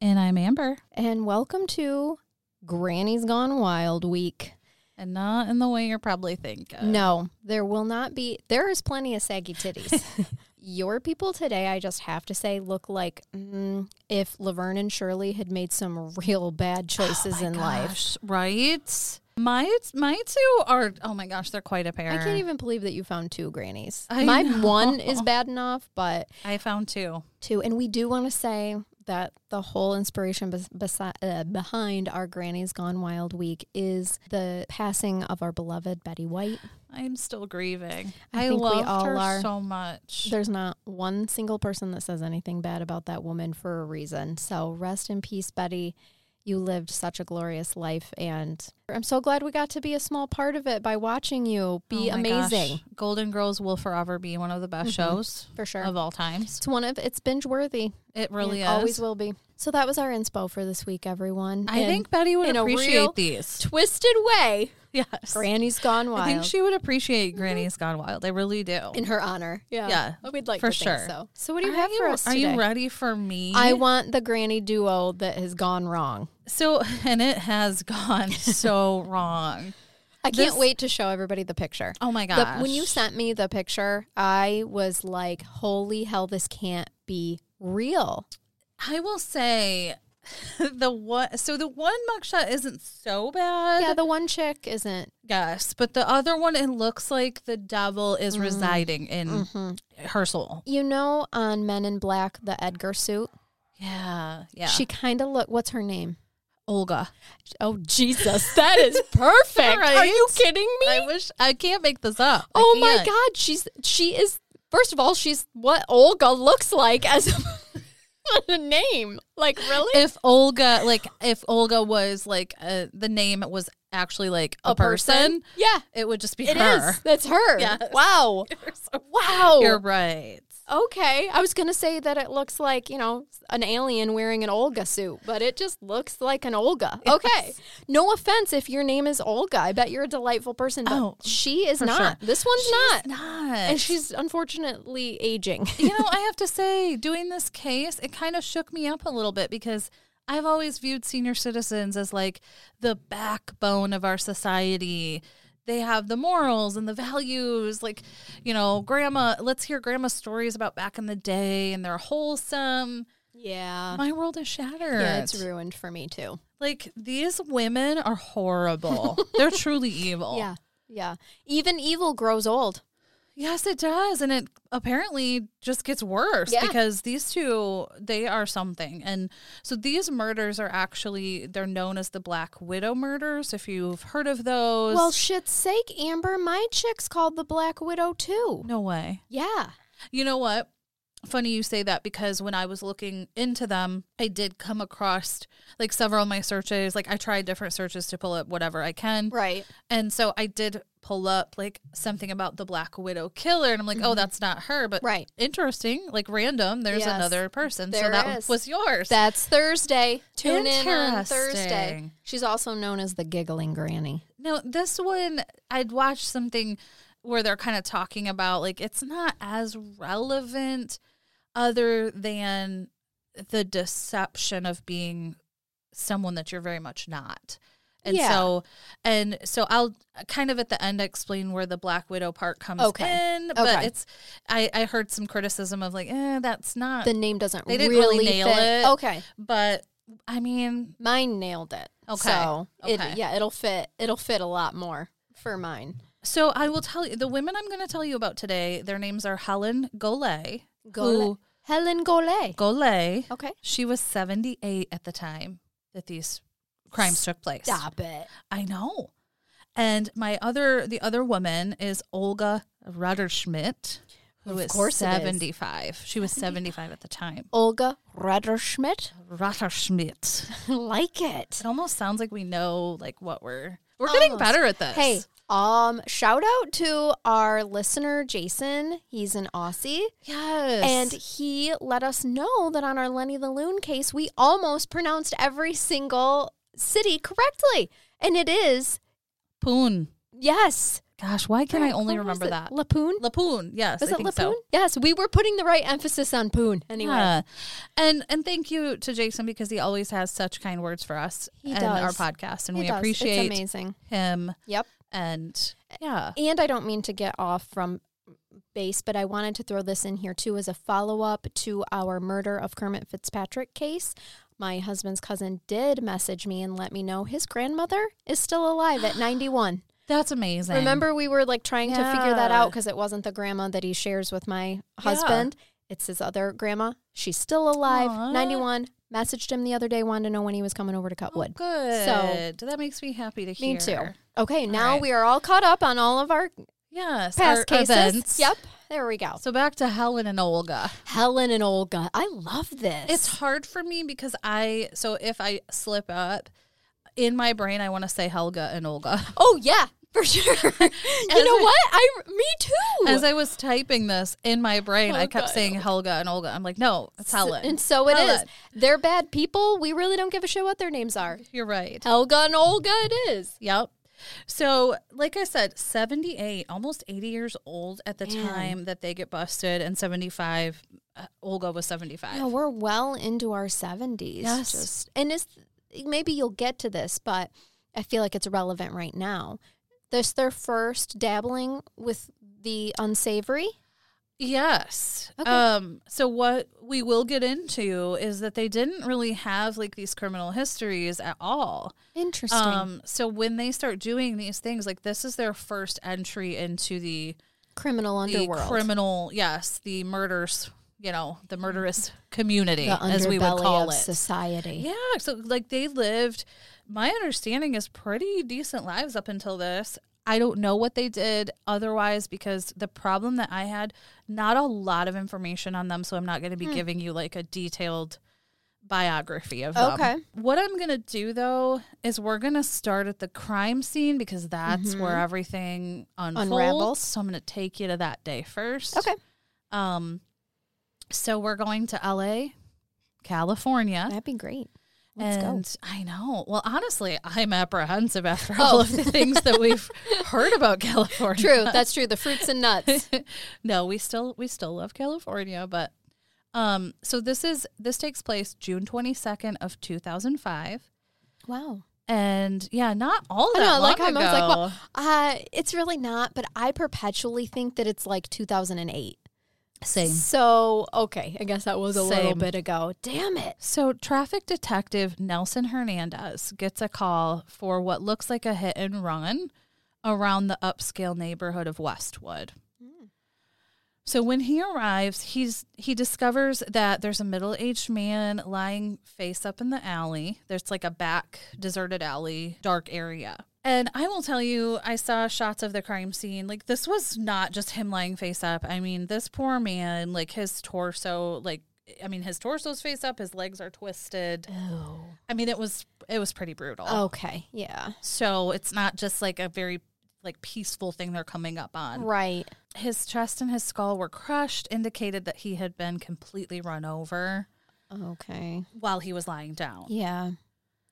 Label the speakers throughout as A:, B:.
A: And I'm Amber.
B: And welcome to Granny's Gone Wild Week.
A: And not in the way you're probably thinking.
B: No, there will not be. There is plenty of saggy titties. Your people today, I just have to say, look like mm, if Laverne and Shirley had made some real bad choices in life.
A: Oh Gosh, right? My my two are oh my gosh, they're quite a pair.
B: I can't even believe that you found two grannies.
A: I
B: My
A: know.
B: one is bad enough, but
A: I found two.
B: two. And we do want to say that the whole inspiration bes- besi- uh, behind our Granny's Gone Wild Week is the passing of our beloved Betty White.
A: I'm still grieving.
B: I
A: I,
B: think we
A: loved
B: all
A: her
B: are.
A: so much.
B: There's not one single person that says anything bad about that woman for a reason. So rest in peace, Betty. You lived such a glorious life, and I'm so glad we got to be a small part of it by watching you be
A: Oh my gosh.
B: amazing
A: Golden Girls will forever be one of the best shows
B: for sure.
A: of all times.
B: It's one of it's binge worthy.
A: It really is.
B: always will be. So that was our inspo for this week, everyone.
A: I
B: And
A: think Betty would
B: in a
A: appreciate
B: real-
A: these.
B: twisted way.
A: Yes.
B: Granny's gone wild Mm-hmm.
A: I think she would appreciate Granny's Gone Wild. I really do.
B: in her honor. Yeah,
A: Yeah, Oh,
B: we'd like
A: for
B: to
A: sure.
B: think so. So what do you
A: are
B: have
A: you,
B: for us
A: are
B: today?
A: you ready for me?
B: I want the granny duo that has gone wrong.
A: So, and it has gone so wrong.
B: I can't
A: This-
B: wait to show everybody the picture.
A: Oh my
B: The-
A: gosh.
B: when you sent me the picture, I was like, "Holy hell, this can't be real."
A: I will say the one, so the one mugshot isn't so bad.
B: Yeah, the one chick isn't.
A: yes, but the other one, it looks like the devil is
B: Mm.
A: residing in
B: Mm-hmm.
A: her soul.
B: You know, on Men in Black, the Edgar suit,
A: Yeah. Yeah.
B: she kind of look. What's her name?
A: Olga.
B: Oh Jesus, that is perfect. Are
A: Right?
B: you kidding me?
A: I wish I can't make this up. I
B: oh my
A: can't.
B: God, she's she is. First of all, she's what Olga looks like as a, a name. Like really,
A: If Olga, like, if Olga was like uh, the name was actually like a, person,
B: Yeah,
A: it would just be
B: it is.
A: her.
B: That's her.
A: Yes.
B: Wow. Wow.
A: You're right.
B: Okay, I was gonna say that it looks like you know an alien wearing an Olga suit, but it just looks like an Olga. Okay, no offense if your name is Olga. I bet you're a delightful person, but
A: Oh,
B: she is
A: for
B: not.
A: sure.
B: This one's not.
A: Not.
B: and she's unfortunately aging.
A: you know, I have to say, doing this case, it kind of shook me up a little bit because I've always viewed senior citizens as like the backbone of our society. They have the morals and the values, like, you know, grandma, let's hear grandma's stories about back in the day and they're wholesome.
B: Yeah,
A: My world is shattered.
B: yeah, it's ruined for me too.
A: Like, these women are horrible. they're truly evil.
B: Yeah, yeah. Even evil grows old.
A: Yes, it does. And it apparently just gets worse
B: Yeah.
A: because these two, they are something. And so these murders are actually, they're known as the Black Widow murders, if you've heard of those.
B: Well, shit's sake, Amber, my chick's called the Black Widow too.
A: no way.
B: Yeah.
A: You know what? Funny you say that because when I was looking into them, I did come across like several of my searches. Like I tried different searches to pull up whatever I can.
B: Right.
A: And so I did pull up like something about the Black Widow killer, and I'm like, oh, that's not her, but
B: Mm-hmm. Right.
A: interesting, like random. There's
B: Yes,
A: another person, so
B: there
A: that
B: is.
A: was yours.
B: That's Thursday. Tune in on Thursday.
A: Interesting.
B: She's also known as the giggling granny.
A: no, this one I'd watched something where they're kind of talking about like it's not as relevant, other than the deception of being someone that you're very much not. And
B: Yeah.
A: so, and so I'll kind of at the end explain where the Black Widow part comes
B: Okay.
A: in, but
B: Okay.
A: it's I I heard some criticism of like, eh, that's not.
B: The name doesn't
A: They didn't
B: really,
A: really nail
B: fit.
A: it.
B: Okay.
A: but I mean,
B: Mine nailed it.
A: Okay.
B: So
A: Okay.
B: It, yeah, it'll fit. It'll fit a lot more for mine.
A: so I will tell you the women I'm going to tell you about today. Their names are Helen Golay,
B: Gole-
A: who
B: Helen Golay.
A: Golay.
B: Okay.
A: She was 78 at the time that these crimes took place.
B: Stop it.
A: I know. And my other the other woman is Olga Rudderschmidt, who was
B: course it is.
A: 75. She was 75 at the time.
B: Olga Raderschmidt.
A: Ratterschmidt.
B: like it.
A: It almost sounds like we know like what we're we're getting
B: Almost.
A: better at this.
B: Hey, um, shout out to our listener Jason. He's an Aussie.
A: yes,
B: And he let us know that on our Lenny the Loon case, we almost pronounced every single city correctly. And it is,
A: Poon.
B: yes.
A: Gosh, why can I only
B: What was
A: remember
B: it?
A: that?
B: Lapoon?
A: Lapoon. Yes,
B: Was
A: I
B: it
A: think
B: Lapoon?
A: so.
B: Yes, we were putting the right emphasis on Poon. Anyway,
A: Yeah. And and thank you to Jason because he always has such kind words for us
B: He
A: and
B: does.
A: our podcast and
B: It
A: we
B: does. It's
A: appreciate
B: amazing.
A: him
B: Yep.
A: and yeah.
B: And I don't mean to get off from base, but I wanted to throw this in here too as a follow up to our murder of Kermit Fitzpatrick case. My husband's cousin did message me and let me know his grandmother is still alive at 91.
A: That's amazing.
B: Remember, we were like trying to figure that
A: Yeah.
B: out because it wasn't the grandma that he shares with my husband. It's his other grandma. She's still alive,
A: Aw.
B: 91. Messaged him the other day, wanted to know when he was coming over to cut wood.
A: Oh, Good. that makes me happy to hear.
B: Me too. Okay, now
A: right.
B: we are all caught up on all of our
A: Yes.
B: past
A: our
B: cases.
A: events.
B: Yep, there we go.
A: So back to Helen and Olga.
B: Helen and Olga. I love this.
A: It's hard for me because I so if I slip up in my brain I want to say Helga and Olga.
B: oh yeah, for sure. you know
A: I-
B: what? I me too.
A: As I was typing this in my brain, I
B: Helga
A: kept
B: and
A: saying Helga and Olga. I'm like, no, it's Helen.
B: and so it is.
A: Helen.
B: They're bad people. We really don't give a shit what their names are.
A: You're right.
B: Helga and Olga. It is.
A: Yep. So, like I said, 78, almost 80 years old at the time that they get busted, and 75, uh, Olga was 75.
B: Yeah, we're well into our seventies.
A: Yes.
B: Just and it's maybe you'll get to this, but I feel like it's relevant right now. This their first dabbling with the unsavory.
A: Yes. Um, so what we will get into is that they didn't really have like these criminal histories at all.
B: Interesting.
A: Um, so when they start doing these things, like this is their first entry into the,
B: criminal
A: the
B: underworld.
A: criminal, yes, the murders, you know, the murderous community,
B: the
A: as we would
B: underbelly
A: call
B: of
A: it.
B: society.
A: Yeah, so like they lived, my understanding is pretty decent lives up until this. I don't know what they did otherwise because the problem that I had, not a lot of information on them. So I'm not going to
B: Hmm.
A: be giving you like a detailed biography of them.
B: Okay.
A: What I'm going to do though is we're going to start at the crime scene because that's where everything unfolds.
B: Mm-hmm. Unravels.
A: So I'm going to take you to that day first.
B: Okay.
A: Um, so we're going to LA, California.
B: That'd be great. Let's go.
A: and I know. Well, honestly, I'm apprehensive after all of the things that we've heard about California.
B: Oh. True, that's true. The fruits and nuts.
A: no, we still we still love California, but um so this is this takes place June 22nd of 2005.
B: wow.
A: And yeah, not all that
B: I know, I
A: long
B: like how
A: ago.
B: mom's like, well, uh, it's really not, but I perpetually think that it's like 2008.
A: Same.
B: So, okay, I guess that was a little
A: Same.
B: bit ago. Damn it.
A: So, traffic detective Nelson Hernandez gets a call for what looks like a hit and run around the upscale neighborhood of Westwood. So when he arrives, he's he discovers that there's a middle-aged man lying face up in the alley. There's like a back deserted alley, dark area. And I will tell you, I saw shots of the crime scene. Like this was not just him lying face up. I mean, this poor man, like his torso, like I mean, his torso's face up, his legs are twisted.
B: Oh.
A: I mean, it was it was pretty brutal.
B: Okay, yeah.
A: So it's not just like a very like peaceful thing they're coming up on.
B: Right.
A: His chest and his skull were crushed, indicated that he had been completely run over
B: Okay.
A: while he was lying down.
B: Yeah.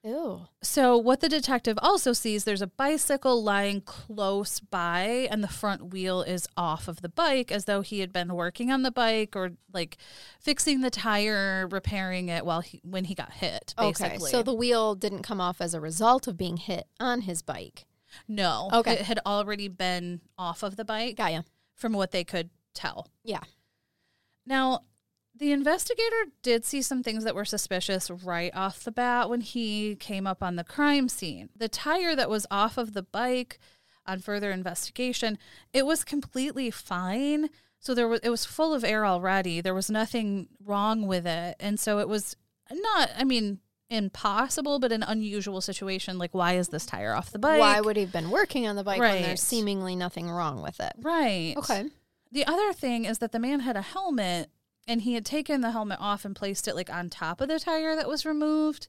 B: Ew.
A: So, what the detective also sees there's a bicycle lying close by, and the front wheel is off of the bike as though he had been working on the bike or like fixing the tire, repairing it while he, when he got hit, basically.
B: Okay, so the wheel didn't come off as a result of being hit on his bike.
A: no,
B: Okay.
A: it had already been off of the bike
B: Gaia.
A: from what they could tell.
B: Yeah.
A: Now, the investigator did see some things that were suspicious right off the bat when he came up on the crime scene. The tire that was off of the bike on further investigation, it was completely fine. So there was it was full of air already. There was nothing wrong with it. And so it was not, I mean, impossible, but an unusual situation. Like why is this tire off the bike?
B: Why would he have been working on the bike when
A: Right.
B: there's seemingly nothing wrong with it?
A: Right.
B: Okay.
A: The other thing is that the man had a helmet and he had taken the helmet off and placed it like on top of the tire that was removed.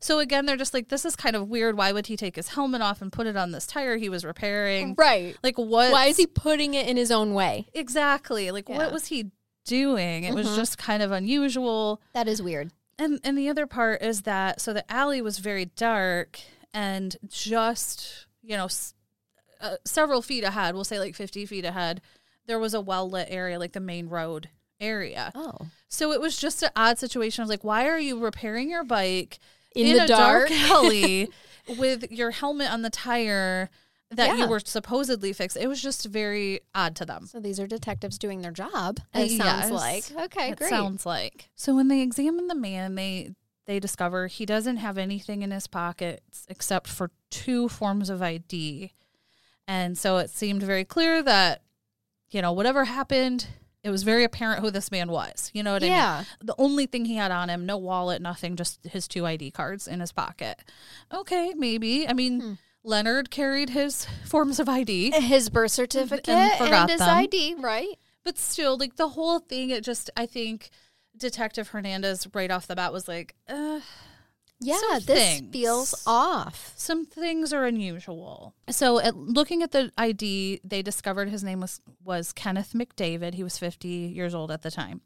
A: So again, they're just like, this is kind of weird. Why would he take his helmet off and put it on this tire he was repairing?
B: Right.
A: Like what?
B: Why is he putting it in his own way?
A: exactly? Like
B: Yeah. Mm-hmm.
A: what was he doing? It was just kind of unusual.
B: That is weird.
A: And and the other part is that so the alley was very dark and just you know s- uh, several feet ahead, we'll say like fifty feet ahead, there was a well lit area like the main road area.
B: Oh.
A: So it was just an odd situation. I was like, why are you repairing your bike
B: In the
A: a
B: dark?
A: alley with your helmet on the tire that
B: Yeah.
A: you were supposedly fixed? It was just very odd to them.
B: So these are detectives doing their job. It sounds
A: Yes.
B: like. Okay,
A: it
B: great.
A: sounds like. So when they examine the man, they they discover he doesn't have anything in his pockets except for two forms of ID. And so it seemed very clear that you know, whatever happened, it was very apparent who this man was. You know what I mean?
B: yeah.
A: The only thing he had on him, no wallet, nothing, just his two ID cards in his pocket. Okay, maybe. I mean, Leonard carried his forms of ID,
B: His birth certificate
A: And
B: and,
A: forgot
B: his
A: them.
B: ID, right?
A: but still, like the whole thing, it just, I think Detective Hernandez right off the bat was like, uh,
B: Yeah,
A: Some
B: this
A: things.
B: feels off.
A: some things are unusual. So, at looking at the ID, they discovered his name was was Kenneth McDavid. He was 50 years old at the time.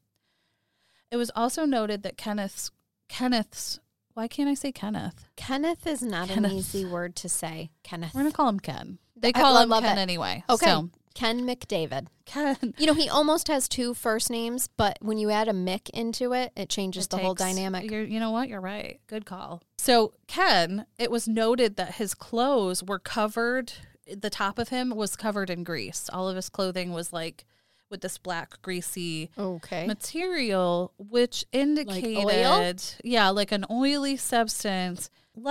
A: It was also noted that Kenneth's Kenneth's why can't I say Kenneth?
B: Kenneth is not
A: Kenneth.
B: an easy word to say. Kenneth.
A: We're gonna call him Ken. They
B: I-
A: call
B: I
A: him
B: love
A: Ken
B: it.
A: anyway.
B: Okay.
A: So,
B: Ken McDavid.
A: Ken.
B: You know, he almost has two first names, but when you add a Mick into it, it changes
A: It
B: the whole
A: takes-
B: dynamic.
A: You're, you know what? You're right. Good call. So Ken, it was noted that his clothes were covered. The top of him was covered in grease. All of his clothing was like with this black greasy
B: Okay.
A: material, which indicated, yeah, like an oily substance,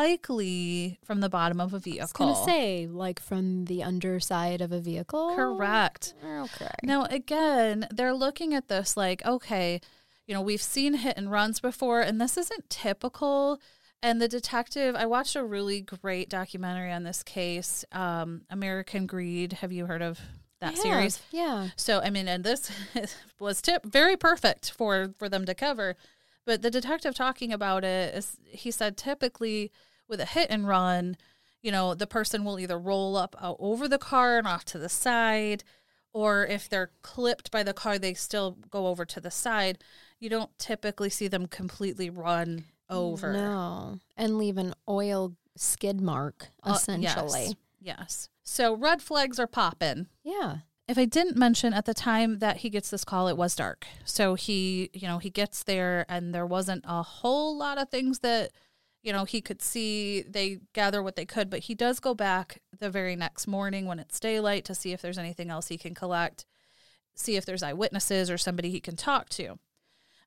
A: likely from the bottom of a vehicle.
B: I was gonna say, like from the underside of a vehicle.
A: correct.
B: Okay.
A: Now, again, they're looking at this like, okay, you know, we've seen hit and runs before, and this isn't typical. And the detective, I watched a really great documentary on this case, um, American Greed. Have you heard of that
B: Yeah,
A: series?
B: Yeah.
A: So, I mean, and this was tip very perfect for for them to cover. But the detective talking about it is, he said typically with a hit and run, you know, the person will either roll up out over the car and off to the side, or if they're clipped by the car, they still go over to the side. You don't typically see them completely run over.
B: No. And leave an oil skid mark,
A: Uh, yes.
B: essentially.
A: yes. So red flags are popping.
B: Yeah.
A: if I didn't mention at the time that he gets this call, it was dark. So he, you know, he gets there and there wasn't a whole lot of things that, you know, he could see. They gather what they could, but he does go back the very next morning when it's daylight to see if there's anything else he can collect, see if there's eyewitnesses or somebody he can talk to.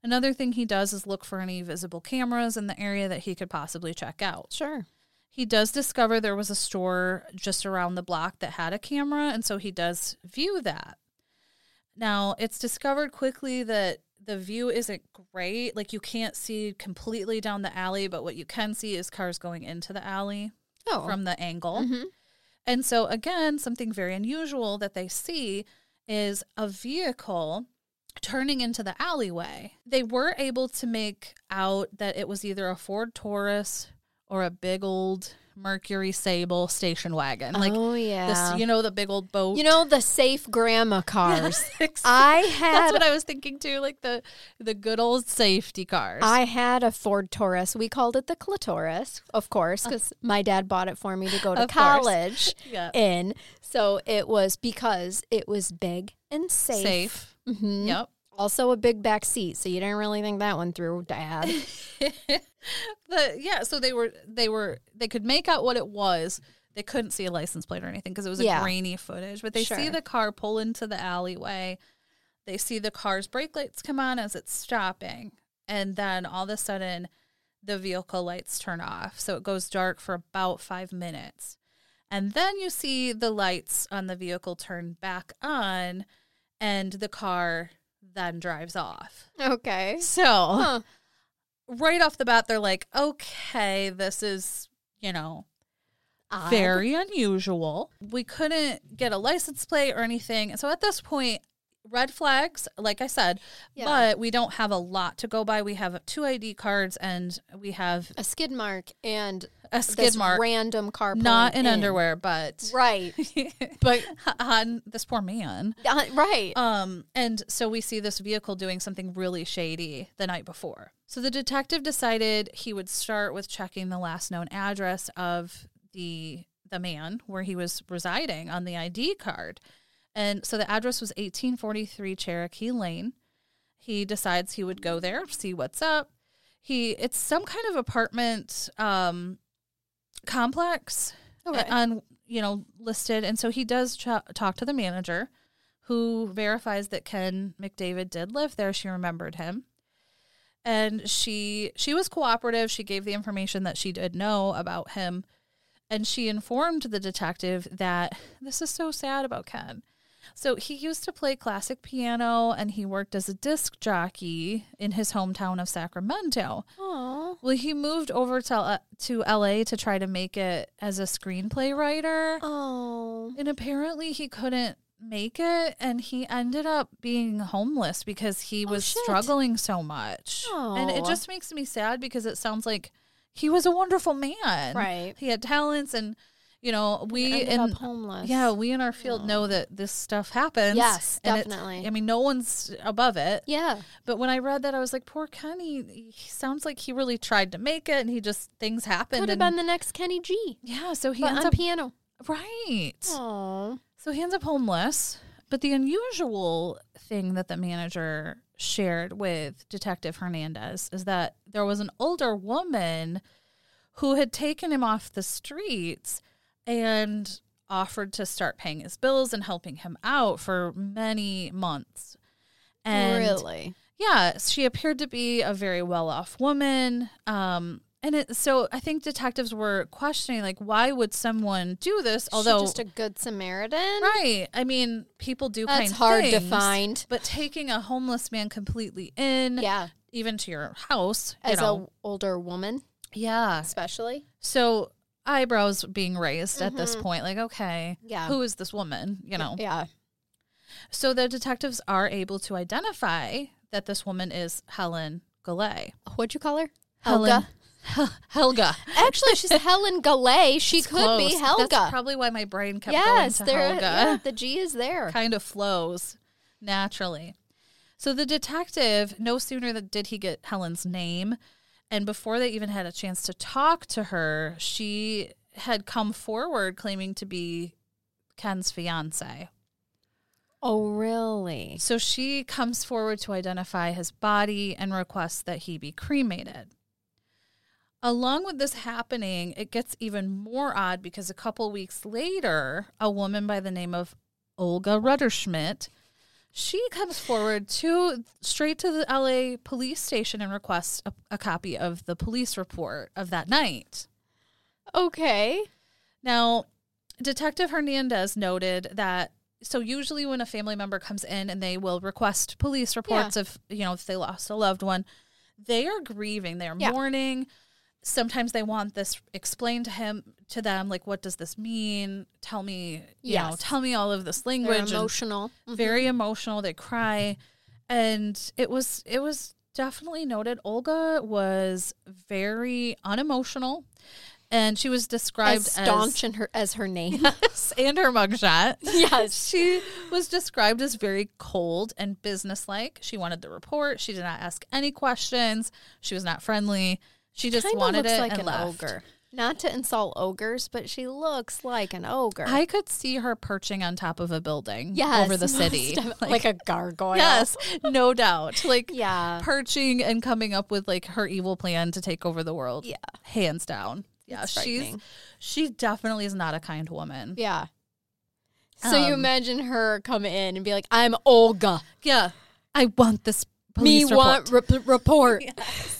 A: Another thing he does is look for any visible cameras in the area that he could possibly check out
B: Sure.
A: he does discover there was a store just around the block that had a camera and so he does view that now it's discovered quickly that the view isn't great like you can't see completely down the alley but what you can see is cars going into the alley
B: Oh.
A: from the angle
B: Mhm.
A: and so again something very unusual that they see is a vehicle turning into the alleyway they were able to make out that it was either a ford taurus or a big old mercury sable station wagon like
B: oh yeah.
A: this you know the big old boat
B: You know the safe grandma cars. I had
A: that's what i was thinking too like the the good old safety cars
B: I had a Ford Taurus. We called it the clitoris, of course, because my dad bought it for me to go to
A: Of course.
B: college
A: Yeah.
B: in. So it was because it was big and safe.
A: safe
B: Mhm.
A: yep
B: Also a big back seat, so you didn't really think that one through, Dad.
A: the yeah so they were they were they could make out what it was they couldn't see a license plate or anything because it was
B: Yeah.
A: a grainy footage but they see
B: Sure.
A: the car pull into the alleyway they see the car's brake lights come on as it's stopping and then all of a sudden the vehicle lights turn off so it goes dark for about five minutes and then you see the lights on the vehicle turn back on and the car then drives off
B: okay.
A: so
B: Huh.
A: right off the bat, they're like, okay, this is, you know,
B: Odd.
A: very unusual. We couldn't get a license plate or anything. So at this point, red flags, like I said,
B: Yeah.
A: but we don't have a lot to go by. We have two ID cards and we have
B: a skid mark and
A: a
B: this
A: skid mark,
B: random car,
A: not in
B: pulling
A: underwear, but
B: right? But
A: on this poor man.
B: uh, right,
A: Um, and so we see this vehicle doing something really shady the night before. So the detective decided he would start with checking the last known address of the the man where he was residing on the ID card. And so the address was 1843 Cherokee Lane. He decides he would go there, see what's up. He it's some kind of apartment um complex
B: Okay.
A: on you know listed and so he does ch- talk to the manager who verifies that Ken McDavid did live there. She remembered him. And she she was cooperative. She gave the information that she did know about him. And she informed the detective that this is so sad about Ken. So he used to play classic piano and he worked as a disc jockey in his hometown of Sacramento.
B: Aw.
A: Well, he moved over to L- to LA to try to make it as a screenplay writer.
B: oh,
A: And apparently he couldn't make it and he ended up being homeless because he was
B: Oh, shit.
A: struggling so much. And it
B: Oh.
A: just makes me sad because it sounds like he was a wonderful man.
B: Right.
A: He had talents and you know, we
B: ended
A: in
B: up homeless.
A: yeah, we in our field know that this stuff happens.
B: Yes,
A: and it's-
B: definitely.
A: I mean, no one's above it.
B: yeah,
A: But when I read that, I was like, "Poor Kenny." He sounds like he really tried to make it, and he just things happened.
B: could have
A: And,
B: been the next Kenny G,
A: yeah, so he
B: but
A: ends
B: on
A: up
B: piano.
A: right.
B: Oh,
A: So he ends up homeless. But the unusual thing that the manager shared with Detective Hernandez is that there was an older woman who had taken him off the streets and offered to start paying his bills and helping him out for many months. And
B: really?
A: yeah, she appeared to be a very well off woman. Um, and it, so I think detectives were questioning, like, why would someone do this? Although,
B: She just a good Samaritan.
A: right. I mean, people do
B: That's
A: kind
B: hard to
A: things,
B: find.
A: But taking a homeless man completely in,
B: Yeah,
A: even to your house, you
B: as
A: know.
B: a older woman,
A: yeah.
B: especially.
A: So eyebrows being raised at this point, like, okay,
B: Mm-hmm. Yeah.
A: who is this woman? You know.
B: Yeah.
A: So the detectives are able to identify that this woman is Helen Galay.
B: What'd you call her?
A: Helen. Hel- Helga.
B: Actually, she's Helen Galay. She
A: It's
B: could be
A: close.
B: Helga.
A: That's probably why my brain kept
B: yes,
A: going to
B: there.
A: Helga.
B: Yeah, the G is there.
A: Kind of flows naturally. So the detective, no sooner than did he get Helen's name, and before they even had a chance to talk to her, she had come forward claiming to be Ken's fiance.
B: Oh, really?
A: So she comes forward to identify his body and requests that he be cremated. Along with this happening, it gets even more odd because a couple weeks later, a woman by the name of Olga Rudderschmidt, she comes forward to straight to the LA police station and requests a, a copy of the police report of that night.
B: Okay.
A: Now, Detective Hernandez noted that so usually when a family member comes in and they will request police reports of you know if they lost a loved one, they are grieving, they are
B: Yeah.
A: mourning. Sometimes they want this explained to him to them like what does this mean? Tell me, you know,
B: Yes.
A: tell me all of this
B: They're mm-hmm.
A: language. and
B: emotional.
A: very emotional, they cry. And it was it was definitely noted Olga was very unemotional and she was described
B: As staunch in her as her name.
A: Yes, and her mugshot.
B: yes.
A: She was described as very cold and businesslike. She wanted the report. She did not ask any questions. She was not friendly. She just
B: Kinda
A: wanted
B: looks
A: it
B: like
A: and
B: an
A: left.
B: ogre. Not to insult ogres, but she looks like an ogre.
A: I could see her perching on top of a building
B: yes.
A: over the
B: most
A: city.
B: def- like, a gargoyle.
A: yes, no doubt. Like
B: Yeah.
A: perching and coming up with like her evil plan to take over the world.
B: Yeah.
A: Hands down. Yeah,
B: It's
A: she's
B: frightening.
A: she definitely is not a kind woman.
B: Yeah. So you
A: Um,
B: imagine her come in and be like, "I'm Olga.
A: Yeah. I want this
B: Me
A: police report.
B: want rep- report."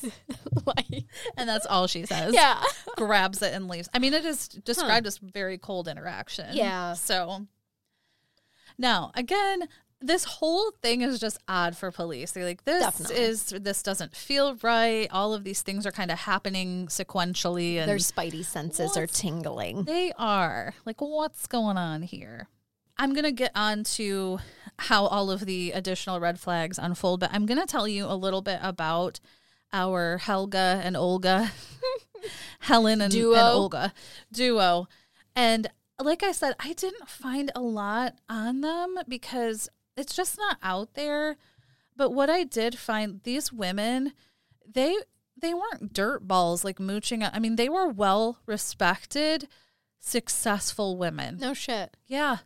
B: like,
A: and that's all she says.
B: yeah.
A: grabs it and leaves. I mean, it is described as very cold interaction.
B: Yeah.
A: So now, again, this whole thing is just odd for police. They're like, this
B: Definitely.
A: is this doesn't feel right. All of these things are kind of happening sequentially, and
B: Their spidey senses are tingling.
A: they are like, what's going on here? I'm going to get on to how all of the additional red flags unfold, but I'm going to tell you a little bit about our Helga and Olga, Helen and,
B: Duo.
A: and Olga duo. And like I said, I didn't find a lot on them because it's just not out there. But what I did find these women, they they weren't dirt balls like mooching. I mean, they were well respected, successful women.
B: No shit.
A: Yeah.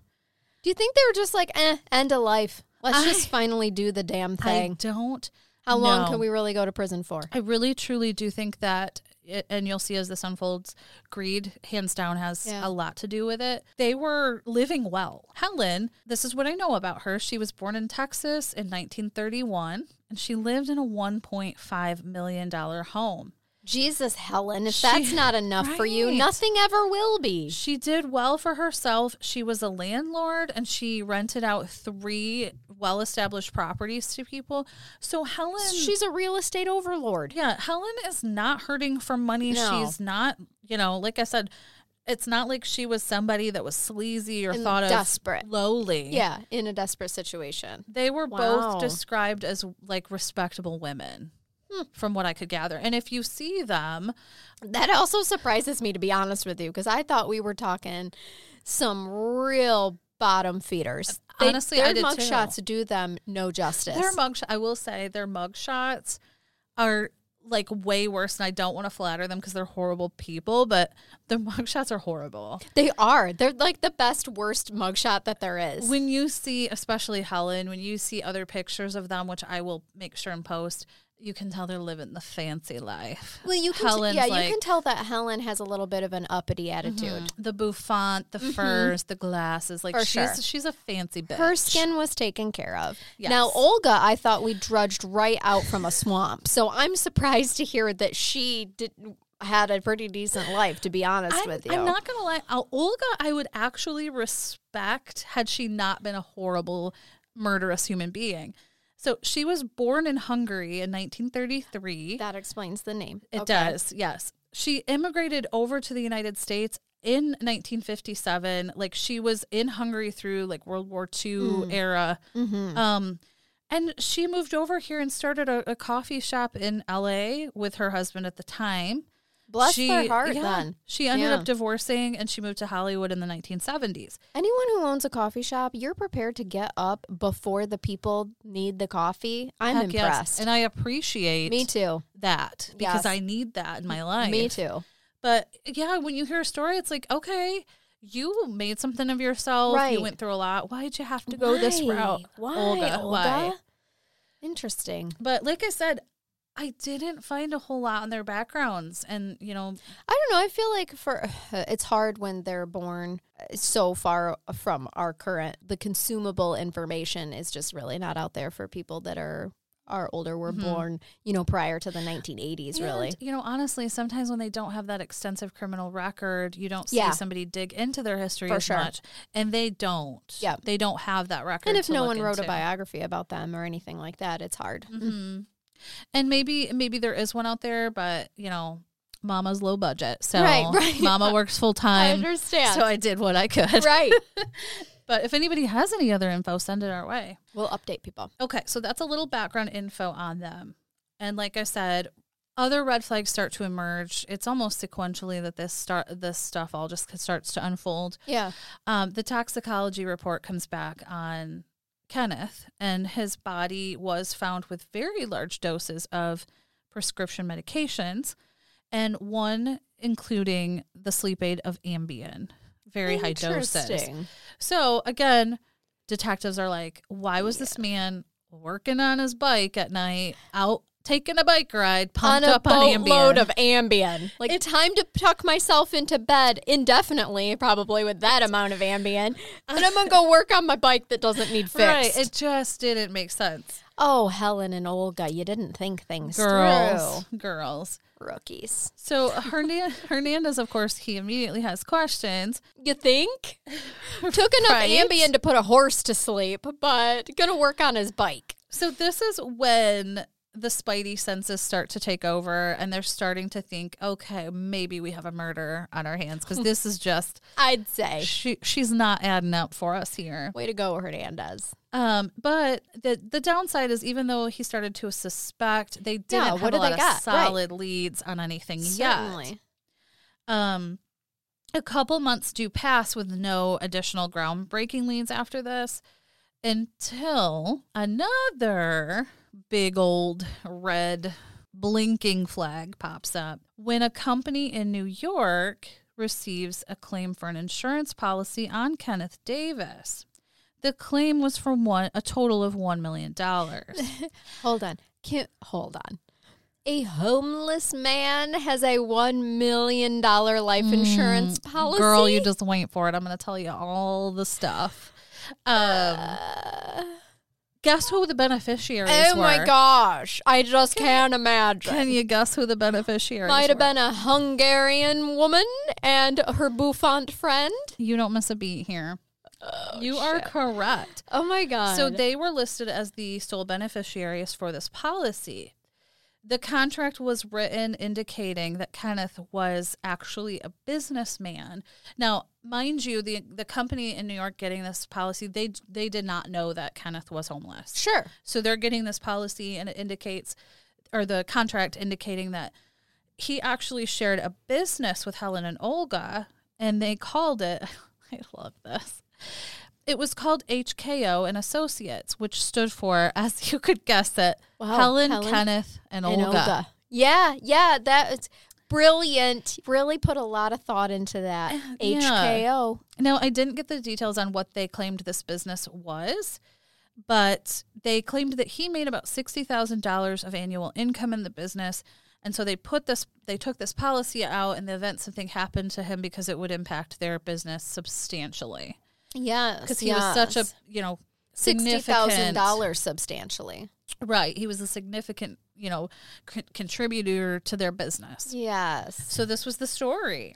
B: Do you think they were just like, eh, end of life? Let's just
A: I-
B: finally do the damn
A: I
B: thing.
A: don't.
B: How long
A: know.
B: can we really go to prison for?
A: I really truly do think that, it, and you'll see as this unfolds, greed hands down has
B: Yeah.
A: a lot to do with it. They were living well. Helen, this is what I know about her. She was born in Texas in 1931, and she lived in a 1.5 million dollar home.
B: Jesus, Helen, if
A: She-
B: that's not enough for you,
A: Right.
B: nothing ever will be.
A: She did well for herself. She was a landlord and she rented out three well established properties to people. So Helen
B: She's a real estate overlord.
A: Yeah, Helen is not hurting for money.
B: No.
A: She's not, you know, like I said, it's not like she was somebody that was sleazy or
B: And
A: thought
B: desperate.
A: of lowly.
B: Yeah, in a desperate situation.
A: They were
B: Wow.
A: both described as like respectable women.
B: Hmm.
A: From what I could gather. And if you see them,
B: That also surprises me, to be honest with you, because I thought we were talking some real bottom feeders.
A: Honestly,
B: their
A: I did too.
B: mugshots do them no justice.
A: their mug I will say their mugshots are like way worse and I don't want to flatter them because they're horrible people, but their mugshots are horrible.
B: they are. They're like the best, worst mugshot that there is.
A: when you see especially helen when you see other pictures of them which i will make sure and post you can tell they're living the fancy life
B: well, you can,
A: Helen's
B: yeah,
A: like- Mm-hmm.
B: you can tell that Helen has a little bit of an uppity attitude.
A: the bouffant the furs the glasses like
B: Mm-hmm. For
A: she's
B: sure.
A: she's a fancy bitch
B: Her skin was taken care of.
A: Yes.
B: Now, Olga, I thought we drudged right out from a swamp. So I'm surprised to hear that she did, had a pretty decent life, to be honest
A: I'm,
B: with you.
A: I'm not gonna lie uh, olga i would actually respect had she not been a horrible murderous human being so she was born in hungary in 1933
B: that explains the name.
A: It
B: Okay.
A: does, yes. She immigrated over to the United States in 1957. Like she was in Hungary through like World War II
B: Mm.
A: era.
B: Mm-hmm.
A: Um, and she moved over here and started a, a coffee shop in LA with her husband at the time.
B: Bless
A: she,
B: their heart,
A: yeah,
B: then.
A: She ended
B: Yeah.
A: up divorcing and she moved to Hollywood in the 1970s.
B: Anyone who owns a coffee shop, you're prepared to get up before the people need the coffee. I'm
A: Heck yes.
B: impressed.
A: And I appreciate
B: Me too.
A: that because
B: Yes.
A: I need that in my life.
B: Me too.
A: But yeah, when you hear a story, it's like, okay, you made something of yourself.
B: Right.
A: You went through a lot. Why'd you have to go this
B: Why?
A: route?
B: Why,
A: Olga, why?
B: Olga? Interesting.
A: But like I said, I didn't find a whole lot on their backgrounds. And, you know,
B: I don't know. I feel like for it's hard when they're born uh, so far from our current the consumable information is just really not out there for people that are are older were born, you know, prior to the 1980s really.
A: Mm-hmm. and, you know, honestly, sometimes when they don't have that extensive criminal record, you don't see
B: Yeah.
A: somebody dig into their history
B: For
A: as
B: sure.
A: much. And they don't.
B: Yeah.
A: They don't have that record.
B: And if
A: to
B: no
A: look
B: one wrote a
A: into. Mm-hmm.
B: biography about them or anything like that, it's hard.
A: And maybe maybe there is one out there, but you know, mama's low budget. So
B: Right, right.
A: mama works full time.
B: understand.
A: So I did what I could.
B: right.
A: But if anybody has any other info, send it our way.
B: We'll update people.
A: Okay, so that's a little background info on them. And like I said, other red flags start to emerge. It's almost sequentially that this start this stuff all just starts to unfold.
B: Yeah.
A: Um, the toxicology report comes back on Kenneth, and his body was found with very large doses of prescription medications, and one including the sleep aid of Ambien, very high doses.
B: Interesting.
A: So again, detectives are like, why was this man working on his bike at night, out taking a bike ride,
B: On
A: pumped
B: a
A: up on
B: boatload
A: Ambien?
B: of Ambien. Like, time to tuck myself into bed indefinitely, probably with that amount of Ambien. And I'm going to go work on my bike that doesn't need fixed.
A: right, it just didn't make sense,
B: oh, Helen and Olga, you didn't think things
A: girls, girls.
B: through. Rookies.
A: So Hernan- Hernandez, of course, he immediately has questions.
B: You think? Took enough
A: Right?
B: Ambien to put a horse to sleep, but going to work on his bike.
A: So this is when the spidey senses start to take over and they're starting to think, okay, maybe we have a murder on our hands because this is just
B: I'd say.
A: she she's not adding up for us here.
B: Way to go, Hernandez.
A: Um, but the the downside is even though he started to suspect, they didn't
B: Yeah,
A: have
B: what
A: a
B: did
A: lot
B: they
A: of
B: got? Right.
A: solid leads on anything yet.
B: Certainly.
A: Um, a couple months do pass with no additional groundbreaking leads after this until another big old red blinking flag pops up when a company in New York receives a claim for an insurance policy on Kenneth Davis. The claim was for one a total of 1 million dollars.
B: Hold on. Can't, hold on. A homeless man has a $1 million life insurance policy.
A: Mm, Girl, you just wait for it. I'm going to tell you all the stuff. Um,
B: Uh,
A: guess who the beneficiaries
B: oh
A: were?
B: my gosh. I just can't imagine.
A: Can you guess who the beneficiaries
B: Might have
A: were?
B: been a Hungarian woman and her bouffant friend.
A: You don't miss a beat here. you are correct.
B: Oh my God.
A: So they were listed as the sole beneficiaries for this policy. The contract was written indicating that Kenneth was actually a businessman. Now, mind you, the the company in New York getting this policy, they they did not know that Kenneth was homeless.
B: sure.
A: So they're getting this policy and it indicates or the contract indicating that he actually shared a business with Helen and Olga and they called it I love this. It was called HKO and Associates, which stood for, as you could guess it,
B: Wow,
A: Helen,
B: Helen
A: Kenneth, and,
B: And
A: Olga.
B: Olga. Yeah, yeah, that is brilliant. Really put a lot of thought into that.
A: Uh, yeah.
B: HKO.
A: Now, I didn't get the details on what they claimed this business was, but they claimed that he made about $60,000 of annual income in the business. And so they put this, they took this policy out in the event something happened to him because it would impact their business substantially.
B: Yes.
A: Because he was such a, you know,
B: sixty thousand dollars substantially.
A: Right. He was a significant, you know, con- contributor to their business.
B: Yes.
A: So this was the story.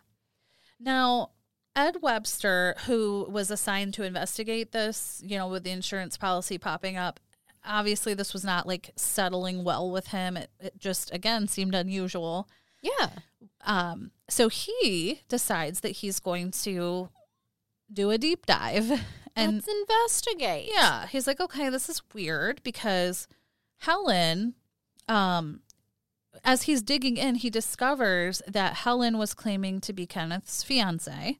A: Now, Ed Webster, who was assigned to investigate this, you know, with the insurance policy popping up, obviously this was not like settling well with him. It, it just, again, seemed unusual.
B: Yeah.
A: Um, so he decides that he's going to do a deep dive. And
B: Let's investigate.
A: yeah, he's like, okay, this is weird because Helen, um, as he's digging in, he discovers that Helen was claiming to be Kenneth's fiance,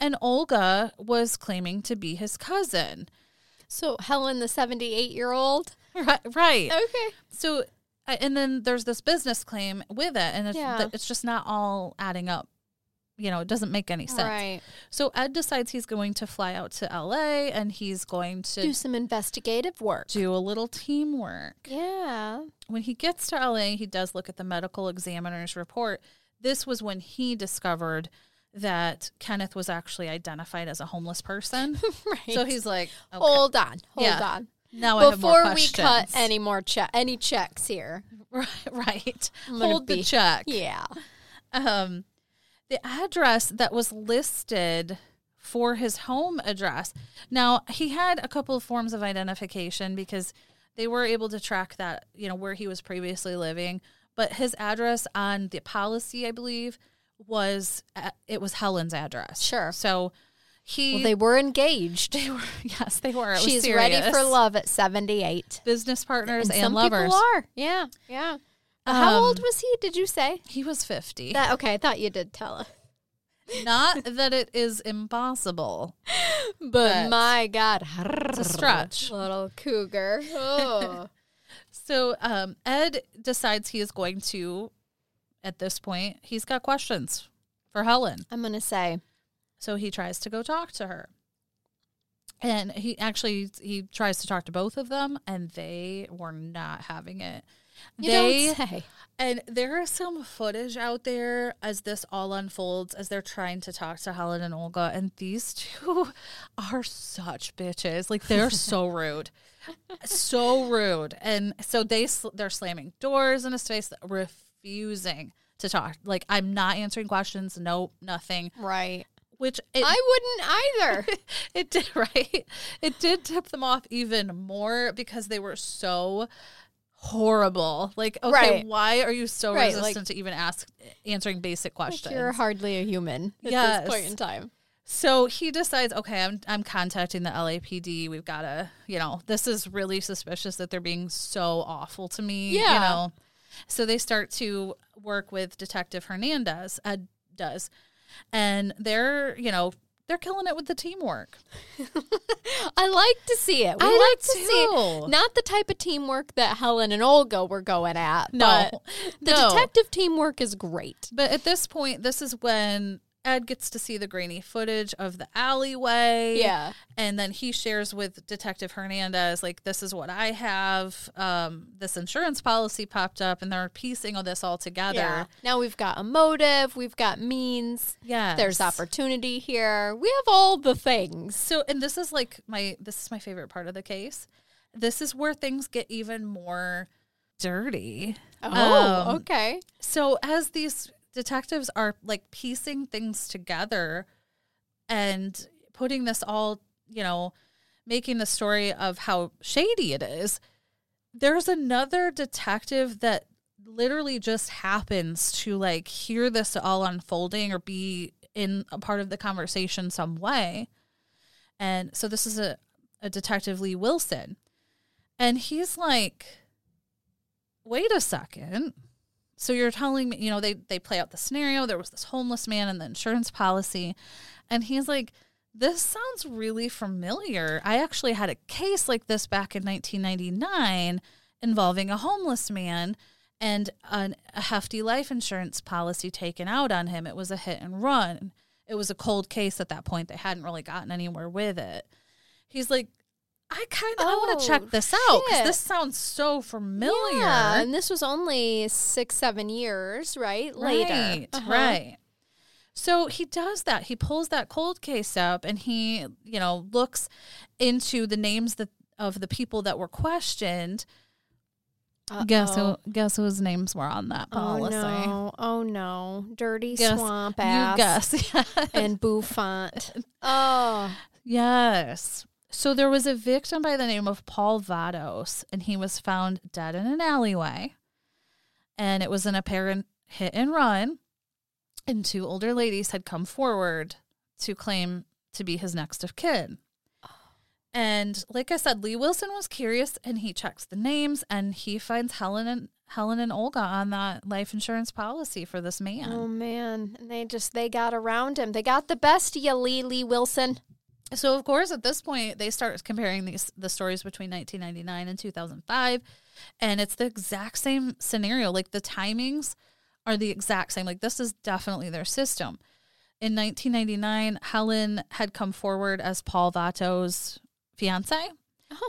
A: and Olga was claiming to be his cousin.
B: So Helen, the seventy-eight-year-old.
A: Right, right.
B: Okay.
A: So, I- and then there's this business claim with it, and it's,
B: Yeah.
A: it's just not all adding up. You know, it doesn't make any sense.
B: Right.
A: So Ed decides he's going to fly out to LA and he's going to
B: Do some investigative work.
A: do a little teamwork.
B: yeah.
A: when he gets to LA, he does look at the medical examiner's report. This was when he discovered that Kenneth was actually identified as a homeless person.
B: Right.
A: so he's like, okay,
B: hold on. Hold
A: Yeah.
B: on.
A: now I have more
B: Before we cut
A: questions.
B: any more che- any checks here.
A: right,
B: gonna
A: hold the
B: be-
A: check.
B: Yeah.
A: Um, the address that was listed for his home address. Now he had a couple of forms of identification because they were able to track that, you know, where he was previously living. But his address on the policy, I believe, was at, it was Helen's address.
B: Sure.
A: So he,
B: Well, they were engaged.
A: they were yes, they were. It was
B: She's ready for
A: serious.
B: love at 78.
A: Business partners and,
B: some
A: lovers.
B: people are. Yeah. Yeah. How
A: Um,
B: old was he, did you say?
A: He was fifty.
B: That okay, I thought you did tell us.
A: Not that it is impossible.
B: But, my god, it's
A: a stretch.
B: Little cougar. Oh.
A: So um, Ed decides he is going to, at this point, he's got questions for Helen.
B: I'm going to say
A: So he tries to go talk to her. And he actually he tries to talk to both of them and they were not having it.
B: you
A: they
B: don't say.
A: and there is some footage out there as this all unfolds as they're trying to talk to Helen and Olga and these two are such bitches. Like they're so rude. So rude. And so they sl- they're slamming doors in his face refusing to talk. Like I'm not answering questions, no nothing,
B: Right.
A: which it
B: I wouldn't either.
A: it did right it did tip them off even more because they were so horrible. Like, okay,
B: Right.
A: why are you so
B: Right,
A: resistant
B: like-
A: to even ask answering basic
B: Like
A: questions?
B: you're hardly a human at
A: Yes.
B: this point in time.
A: So he decides, okay, I'm I'm contacting the LAPD. We've got to, you know, this is really suspicious that they're being so awful to me. You
B: Yeah.
A: know, so they start to work with Detective Hernandez. Uh, does, and they're you know they're killing it with the teamwork.
B: I like to see it. We
A: I do
B: like to see
A: too.
B: it. not the type of teamwork that Helen and Olga were going at.
A: No,
B: but the
A: no.
B: detective teamwork is great.
A: But at this point, this is when Ed gets to see the grainy footage of the alleyway.
B: Yeah.
A: And then he shares with Detective Hernandez, like, this is what I have. Um, this insurance policy popped up, and they're piecing all this all together.
B: Yeah. Now we've got a motive. We've got means.
A: Yes.
B: There's opportunity here. We have all the things.
A: So, and this is like my this is my favorite part of the case. This is where things get even more dirty. Um,
B: Oh, okay.
A: So as these detectives are like piecing things together and putting this all, you know, making the story of how shady it is, there's another detective that literally just happens to like hear this all unfolding or be in a part of the conversation some way. And so this is a, a detective Lee Wilson. And he's like, wait a second. So you're telling me, you know, they they play out the scenario. There was this homeless man and the insurance policy, and he's like, "This sounds really familiar. I actually had a case like this back in 1999 involving a homeless man and an, a hefty life insurance policy taken out on him. It was a hit and run. It was a cold case at that point. They hadn't really gotten anywhere with it. He's like." I kind of I want
B: Oh,
A: to check this out because
B: shit.
A: this sounds so familiar.
B: Yeah, and this was only six, seven years, right? Later.
A: Right,
B: Uh-huh.
A: right. So he does that. He pulls that cold case up and he, you know, looks into the names that of the people that were questioned. Guess
B: Uh-oh.
A: who guess whose names were on that
B: Oh
A: policy?
B: no! Oh no! Dirty
A: Guess-
B: swamp
A: You
B: ass
A: guess. Yes.
B: and bouffant. Oh,
A: yes. So there was a victim by the name of Paul Vados, and he was found dead in an alleyway. And it was an apparent hit and run. And two older ladies had come forward to claim to be his next of kin. And like I said, Lee Wilson was curious and he checks the names and he finds Helen and Helen and Olga on that life insurance policy for this man.
B: oh man! And they just they got around him. They got the best of you, Lee Lee Wilson.
A: So of course, at this point, they start comparing these the stories between 1999 and 2005, and it's the exact same scenario. Like the timings are the exact same. Like this is definitely their system. In 1999, Helen had come forward as Paul Vato's fiance.
B: Oh.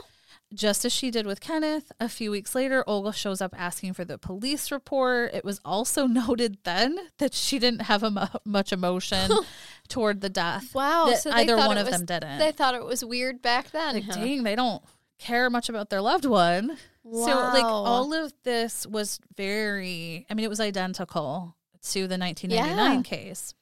A: Just as she did with Kenneth, a few weeks later, Olga shows up asking for the police report. It was also noted then that she didn't have a mo- much emotion toward the death.
B: Wow!
A: that
B: so they
A: either
B: thought
A: one
B: it
A: of
B: was-
A: them didn't.
B: They thought it was weird back then.
A: Like,
B: huh?
A: dang, they don't care much about their loved one. So, like,
B: Wow.
A: all of this was very, I mean, it was identical to the 1999
B: Yeah.
A: case.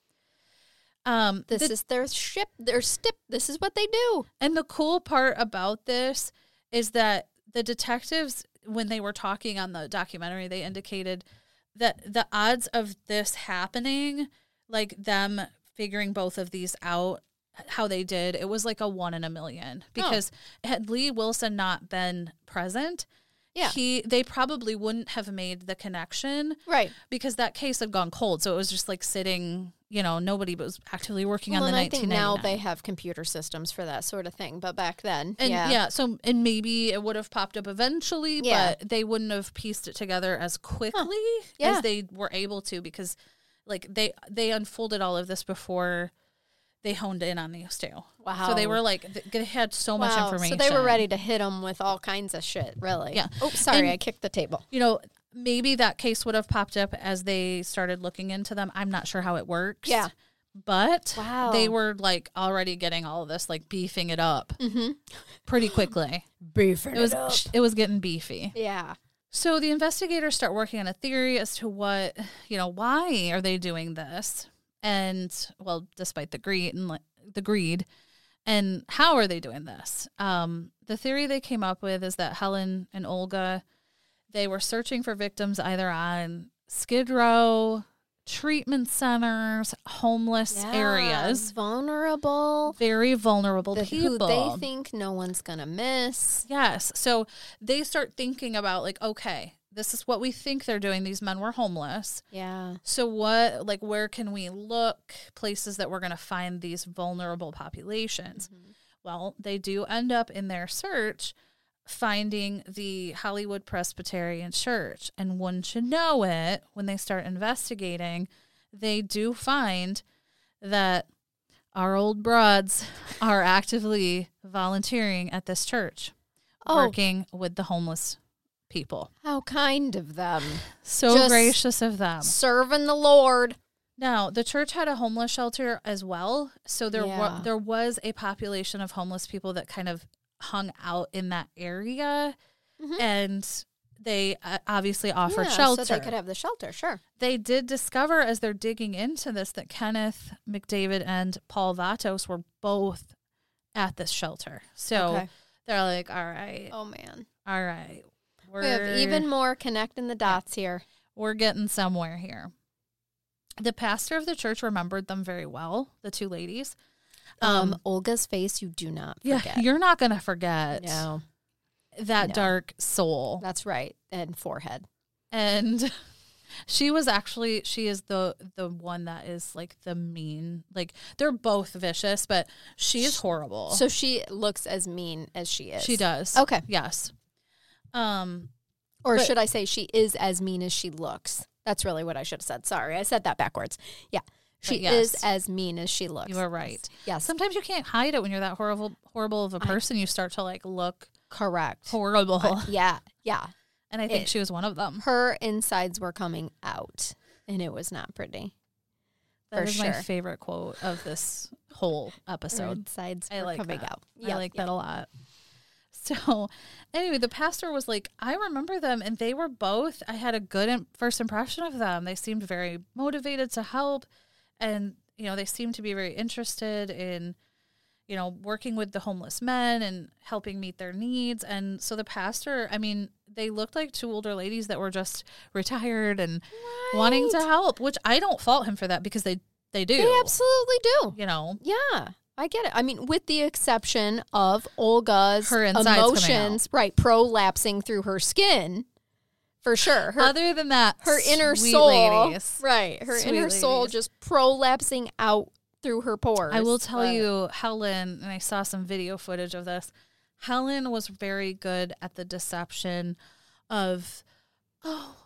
A: Um,
B: This
A: the-
B: is their ship, their stip. This is what they do.
A: and the cool part about this is that the detectives, when they were talking on the documentary, they indicated that the odds of this happening, like them figuring both of these out, how they did, it was like a one in a
B: Oh.
A: million. Because had Lee Wilson not been present,
B: Yeah.
A: he they probably wouldn't have made the connection
B: Right.
A: because that case had gone cold. So it was just like sitting, you know, nobody was actively working
B: Well,
A: on
B: and
A: the
B: I think now
A: 1999.
B: they have computer systems for that sort of thing, but back then,
A: And yeah.
B: yeah.
A: so and maybe it would have popped up eventually,
B: Yeah.
A: but they wouldn't have pieced it together as quickly
B: Yeah.
A: as they were able to because like they they unfolded all of this before they honed in on these two.
B: Wow.
A: So they were like th- they had so much
B: Wow,
A: information.
B: So they were ready to hit them with all kinds of shit, really.
A: Yeah.
B: Oh, sorry,
A: And-
B: I kicked the table.
A: You know, maybe that case would have popped up as they started looking into them. I'm not sure how it works.
B: Yeah.
A: But
B: Wow.
A: they were like already getting all of this, like beefing it up pretty quickly.
B: Mm-hmm. Beefing
A: it was it was getting beefy.
B: Yeah.
A: So the investigators start working on a theory as to what, you know, why are they doing this? And well, despite the greed and like the greed, and how are they doing this? Um, the theory they came up with is that Helen and Olga They were searching for victims either on Skid Row, treatment centers, homeless
B: Yeah,
A: areas,
B: vulnerable
A: very vulnerable
B: that who
A: people.
B: they think no one's gonna miss.
A: Yes. So they start thinking about like, okay, this is what we think they're doing. These men were homeless.
B: Yeah.
A: So what like where can we look places that we're going to find these vulnerable populations? Well, they do end up in their search finding the Hollywood Presbyterian Church. And one should know it when they start investigating, they do find that our old broads are actively volunteering at this church,
B: Oh.
A: working with the homeless people.
B: How kind of them.
A: So
B: Just-
A: gracious of them.
B: Serving the Lord.
A: Now, the church had a homeless shelter as well, so there wa-
B: Yeah.
A: there was a population of homeless people that kind of hung out in that area,
B: Mhm.
A: and they uh, obviously offered
B: Yeah,
A: shelter.
B: So they could have the shelter, sure.
A: They did discover as they're digging into this that Kenneth McDavid and Paul Vatos were both at this shelter, so
B: Okay.
A: they're like, "All right,
B: Oh man.
A: all right, we're
B: We have even more connecting the dots here.
A: we're getting somewhere here." The pastor of the church remembered them very well, the two ladies.
B: Um, Olga's face you do not forget.
A: you're not going to forget
B: no.
A: that
B: No.
A: dark soul.
B: That's right. And forehead.
A: And she was actually she is the the one that is like the mean. Like they're both vicious, but she is horrible.
B: So she looks as mean as she is.
A: Oh. she does.
B: Okay.
A: Yes. Um
B: Or
A: But-
B: should I say she is as mean as she looks? That's really what I should have said. Sorry, I said that backwards. Yeah. She
A: yes.
B: is as mean as she looks.
A: you are right.
B: Yes.
A: Sometimes you can't hide it when you're that horrible horrible of a person. you start to like look
B: correct. Uh,
A: horrible.
B: yeah. Yeah.
A: and I think
B: it-
A: she was one of them.
B: Her insides were coming out and it was not pretty.
A: That
B: for
A: is my
B: sure.
A: favorite quote of this whole
B: Her
A: episode.
B: insides
A: Mm. I
B: were
A: like
B: coming
A: that.
B: out.
A: I like that a lot. So, anyway, the pastor was like, I remember them, and they were both, I had a good im- first impression of them. They seemed very motivated to help, and, you know, they seemed to be very interested in, you know, working with the homeless men and helping meet their needs. And so the pastor, I mean, they looked like two older ladies that were just retired and wanting to help, which I don't fault him for that because they, they do,
B: They absolutely do.
A: you know.
B: Yeah. I get it. I mean, with the exception of Olga's
A: Her insides coming out.
B: emotions, right, prolapsing through her skin, for sure. Her
A: Other than that,
B: her inner
A: sweet
B: soul,
A: ladies.
B: right? Her
A: Sweet
B: inner soul
A: ladies.
B: just prolapsing out through her pores.
A: I will tell
B: But-
A: you, Helen, and I saw some video footage of this. Helen was very good at the deception of, oh,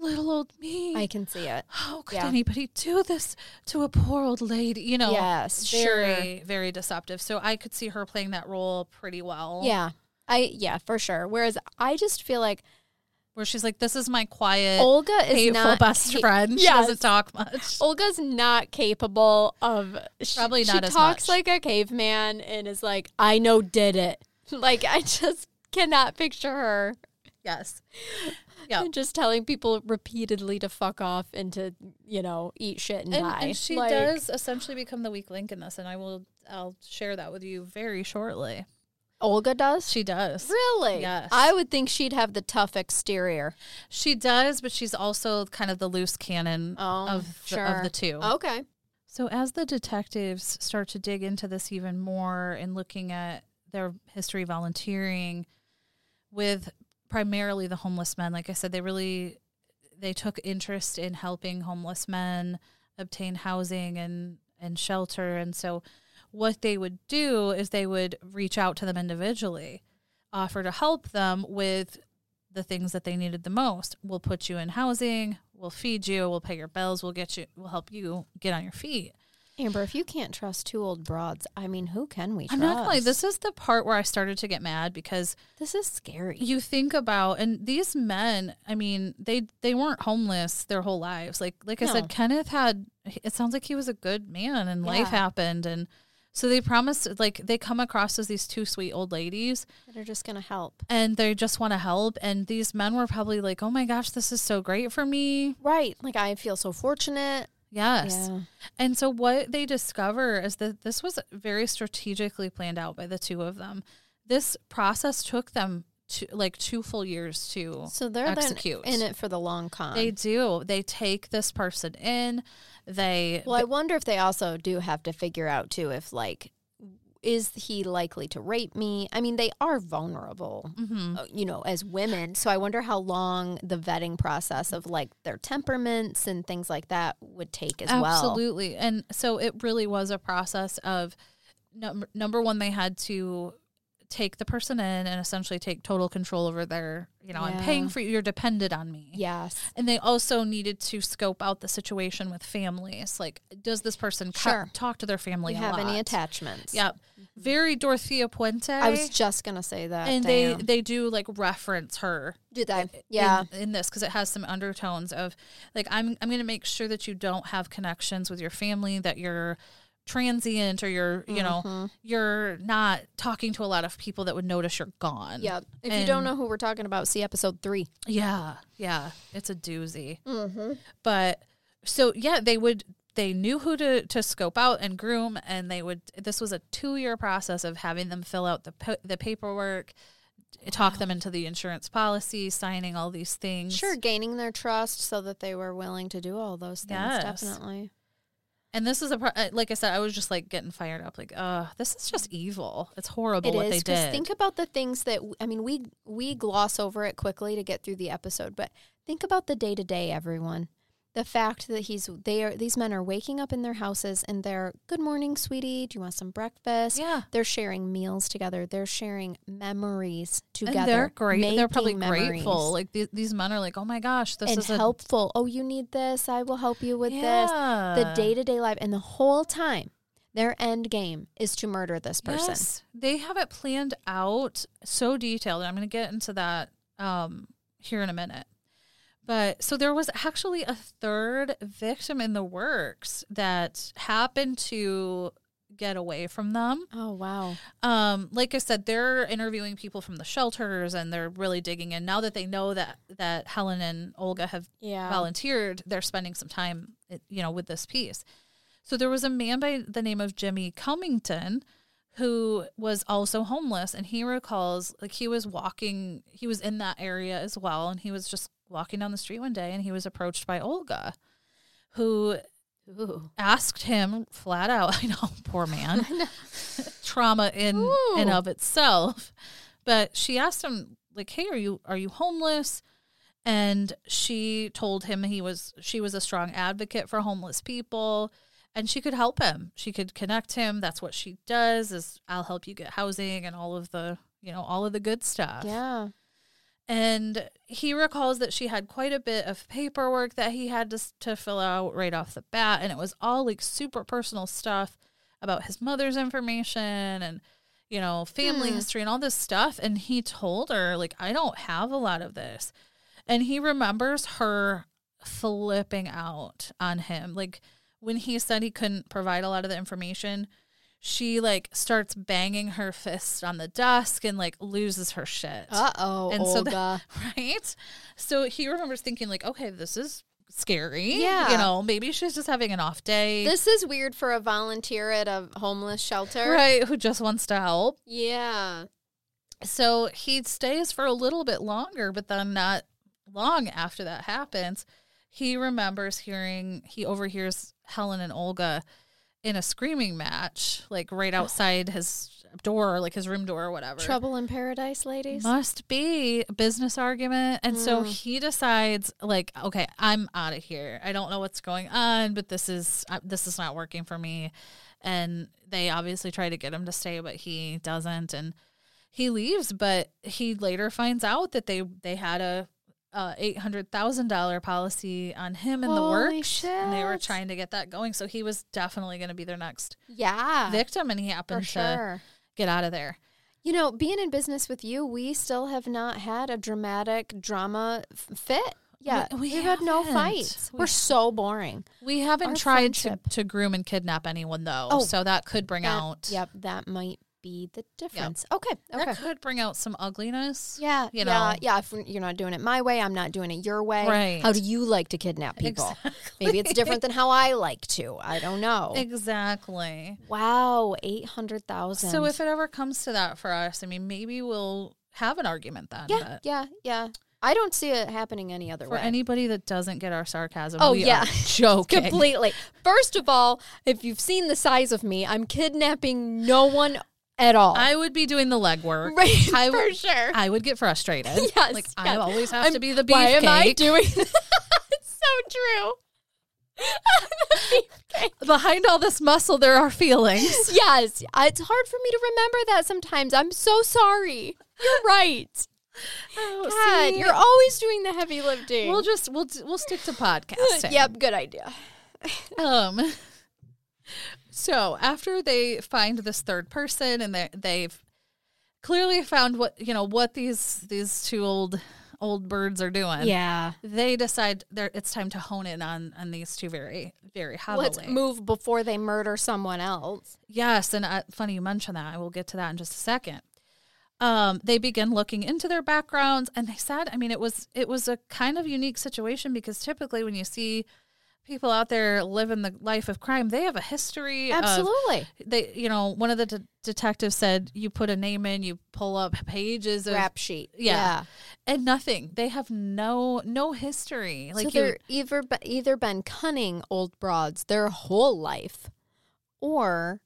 A: little old me.
B: I can see it.
A: How could
B: yeah.
A: anybody do this to a poor old lady? You know,
B: yes, sure.
A: very, very deceptive. So I could see her playing that role pretty well.
B: Yeah, I yeah for sure. Whereas I just feel like
A: Where she's like, this is my quiet,
B: Olga is
A: hateful
B: not
A: best
B: ca-
A: friend. She
B: Yes.
A: doesn't talk much.
B: Olga's not capable of she-
A: Probably
B: she
A: not as
B: talks
A: much.
B: like a caveman and is like, I know did it. Like I just cannot picture her
A: Yes. Yeah.
B: just telling people repeatedly to fuck off and to, you know, eat shit and,
A: and,
B: die.
A: and she
B: Like,
A: does essentially become the weak link in this and i will i'll share that with you very shortly
B: Olga does?
A: she does
B: Really?
A: Yes.
B: I would think she'd have the tough exterior.
A: she does but she's also kind of the loose cannon
B: Oh,
A: of, the,
B: sure.
A: of the two
B: Okay.
A: so as the detectives start to dig into this even more and looking at their history volunteering with primarily the homeless men like i said they really they took interest in helping homeless men obtain housing and and shelter and so what they would do is they would reach out to them individually offer to help them with the things that they needed the most we'll put you in housing we'll feed you we'll pay your bills we'll get you we'll help you get on your feet
B: Amber, if you can't trust two old broads, I mean, who can we trust?
A: i'm not gonna lie this is the part where i started to get mad because
B: This is scary.
A: you think about and these men i mean they they weren't homeless their whole lives like like i
B: No.
A: said kenneth had it sounds like he was a good man and life
B: Yeah.
A: happened and so they promised like they come across as these two sweet old ladies
B: They're just going to help.
A: and they just want to help and these men were probably like oh my gosh this is so great for me
B: Right. Like, I feel so fortunate.
A: yes
B: Yeah.
A: and so what they discover is that this was very strategically planned out by the two of them this process took them two, like two full years to
B: So they're then
A: execute.
B: in it for the long con.
A: They do. They take this person in. They
B: well, I wonder if they also do have to figure out too if like is he likely to rape me? I mean, they are vulnerable,
A: Mm-hmm.
B: uh, you know, as women. So I wonder how long the vetting process of like their temperaments and things like that would take as well.
A: absolutely. And so it really was a process of num- number one, they had to take the person in and essentially take total control over their, you know, I'm paying
B: Yeah.
A: for you. You're dependent on me.
B: Yes.
A: And they also needed to scope out the situation with families. Like, does this person co-
B: Sure.
A: talk to their
B: Do
A: family?
B: you
A: a
B: have any
A: lot?
B: attachments?
A: Yep. Very Dorothea Puente.
B: I was just gonna say that.
A: and
B: Damn.
A: they they do like reference her
B: did I? Yeah.
A: in, in this because it has some undertones of like I'm I'm going to make sure that you don't have connections with your family that you're transient or you're you
B: Mm-hmm.
A: know you're not talking to a lot of people that would notice you're gone.
B: yeah. If you don't
A: And-
B: know who we're talking about, see episode three.
A: Yeah. Yeah. It's a doozy.
B: Mm-hmm.
A: But so yeah, they would they knew who to to scope out and groom and they would this was a 2-year process of having them fill out the pa- the paperwork, talk them into the insurance policy, signing all these things.
B: Sure, gaining their trust so that they were willing to do all those things.
A: Yes.
B: Definitely.
A: And this is a pro- uh, like I said, I was just like getting fired up. Like, uh, this is just evil. It's horrible
B: It
A: what
B: is
A: they did.
B: think about the things that I mean. We we gloss over it quickly to get through the episode, but think about the day to day, everyone. The fact that he's they are these men are waking up in their houses and they're good morning, sweetie. Do you want some breakfast?
A: yeah,
B: They're sharing meals together. They're sharing memories together.
A: and they're great. They're
B: making
A: probably
B: memories
A: grateful. Like the, these men are like, oh my gosh, this
B: and
A: is a
B: helpful. oh, you need this. I will help you with this.
A: yeah.
B: the day to day life, and the whole time, their end game is to murder this person.
A: Yes. They have it planned out so detailed. And I'm going to get into that um, here in a minute. But so there was actually a third victim in the works that happened to get away from them.
B: Oh wow!
A: um like i said they're interviewing people from the shelters and they're really digging in now that they know that that helen and olga have
B: Yeah,
A: volunteered they're spending some time eh, you know with this piece so there was a man by the name of jimmy cummington who was also homeless and he recalls like he was walking he was in that area as well and he was just walking down the street one day and he was approached by olga who
B: Ooh.
A: asked him flat out. I know, poor man. Trauma in
B: Ooh.
A: and of itself. But she asked him, like, "Hey, are you are you homeless?" And she told him he was she was a strong advocate for homeless people, and she could help him. She could connect him. That's what she does. Is I'll help you get housing and all of the you know all of the good stuff.
B: yeah.
A: And he recalls that she had quite a bit of paperwork that he had to, s- to fill out right off the bat. And it was all like super personal stuff about his mother's information and, you know, family
B: Hmm.
A: history and all this stuff. And he told her, like, I don't have a lot of this. And he remembers her flipping out on him. Like, when he said he couldn't provide a lot of the information, she like starts banging her fist on the desk and like loses her shit
B: Uh oh,
A: And
B: Olga.
A: so right? So he remembers thinking like, okay, this is scary.
B: Yeah.
A: you know, maybe she's just having an off day,
B: this is weird for a volunteer at a homeless shelter.
A: right? Who just wants to help.
B: Yeah.
A: So he stays for a little bit longer, but then not long after that happens, he remembers hearing he overhears Helen and Olga in a screaming match, like right outside his door, like his room door or whatever.
B: Trouble in paradise, ladies.
A: Must be a business argument. And so
B: Mm.
A: he decides like, okay, I'm out of here. I don't know what's going on, but this is uh, this is not working for me. And they obviously try to get him to stay, but he doesn't and he leaves, but he later finds out that they they had a uh, eight hundred thousand dollar policy on him in the
B: Holy
A: works, and they were
B: shit.
A: trying to get that going. So he was definitely going to be their next
B: yeah,
A: victim, and he
B: for
A: happened to
B: sure.
A: get out of there.
B: You know, being in business with you, we still have not had a dramatic drama f- fit. Yeah,
A: We- we
B: have had no
A: haven't.
B: fights.
A: We
B: We're so boring.
A: We haven't
B: Our
A: tried to,
B: friendship.
A: to groom and kidnap anyone though,
B: Oh.
A: so that could bring
B: That-
A: out
B: Yep, that might be the difference. Okay, okay.
A: that could bring out some ugliness.
B: yeah,
A: you
B: yeah,
A: know.
B: yeah. If you're not doing it my way, I'm not doing it your way.
A: Right.
B: How do you like to kidnap people? Maybe it's different than how I like to. I don't know.
A: Exactly.
B: wow, eight hundred thousand.
A: So if it ever comes to that for us, I mean, maybe we'll have an argument then.
B: Yeah,
A: but
B: yeah, yeah. I don't see it happening any other
A: for
B: way.
A: anybody that doesn't get our sarcasm,
B: Oh,
A: we
B: yeah.
A: are joking.
B: Completely. First of all, if you've seen the size of me, I'm kidnapping no one at all.
A: I would be doing the legwork.
B: Right,
A: I would-
B: for sure.
A: I would get frustrated.
B: Yes,
A: like I
B: yes.
A: always have to
B: I'm-
A: be the beefcake.
B: Why am I doing that? it's so true.
A: Behind all this muscle, there are feelings.
B: yes, Uh, it's hard for me to remember that sometimes. I'm so sorry. You're right. God,
A: Oh, See,
B: you're always doing the heavy lifting.
A: we'll just we'll we'll stick to podcasting.
B: yep, good idea.
A: Um. So after they find this third person, and they they've clearly found what you know what these these two old old birds are doing.
B: Yeah.
A: They decide they're, it's time to hone in on on these two very very heavily.
B: Let's move before they murder someone else.
A: Yes, and uh, funny you mention that. I will get to that in just a second. Um, they begin looking into their backgrounds, and they said, I mean, it was it was a kind of unique situation because typically when you see people out there living the life of crime, they have a history. of-
B: Absolutely.
A: they, you know, one of the de- detectives said, you put a name in, you pull up pages of,
B: Rap sheet.
A: yeah, and nothing. They have no no history. Like
B: Like so
A: you,
B: they're either be- either been cunning old broads their whole life, or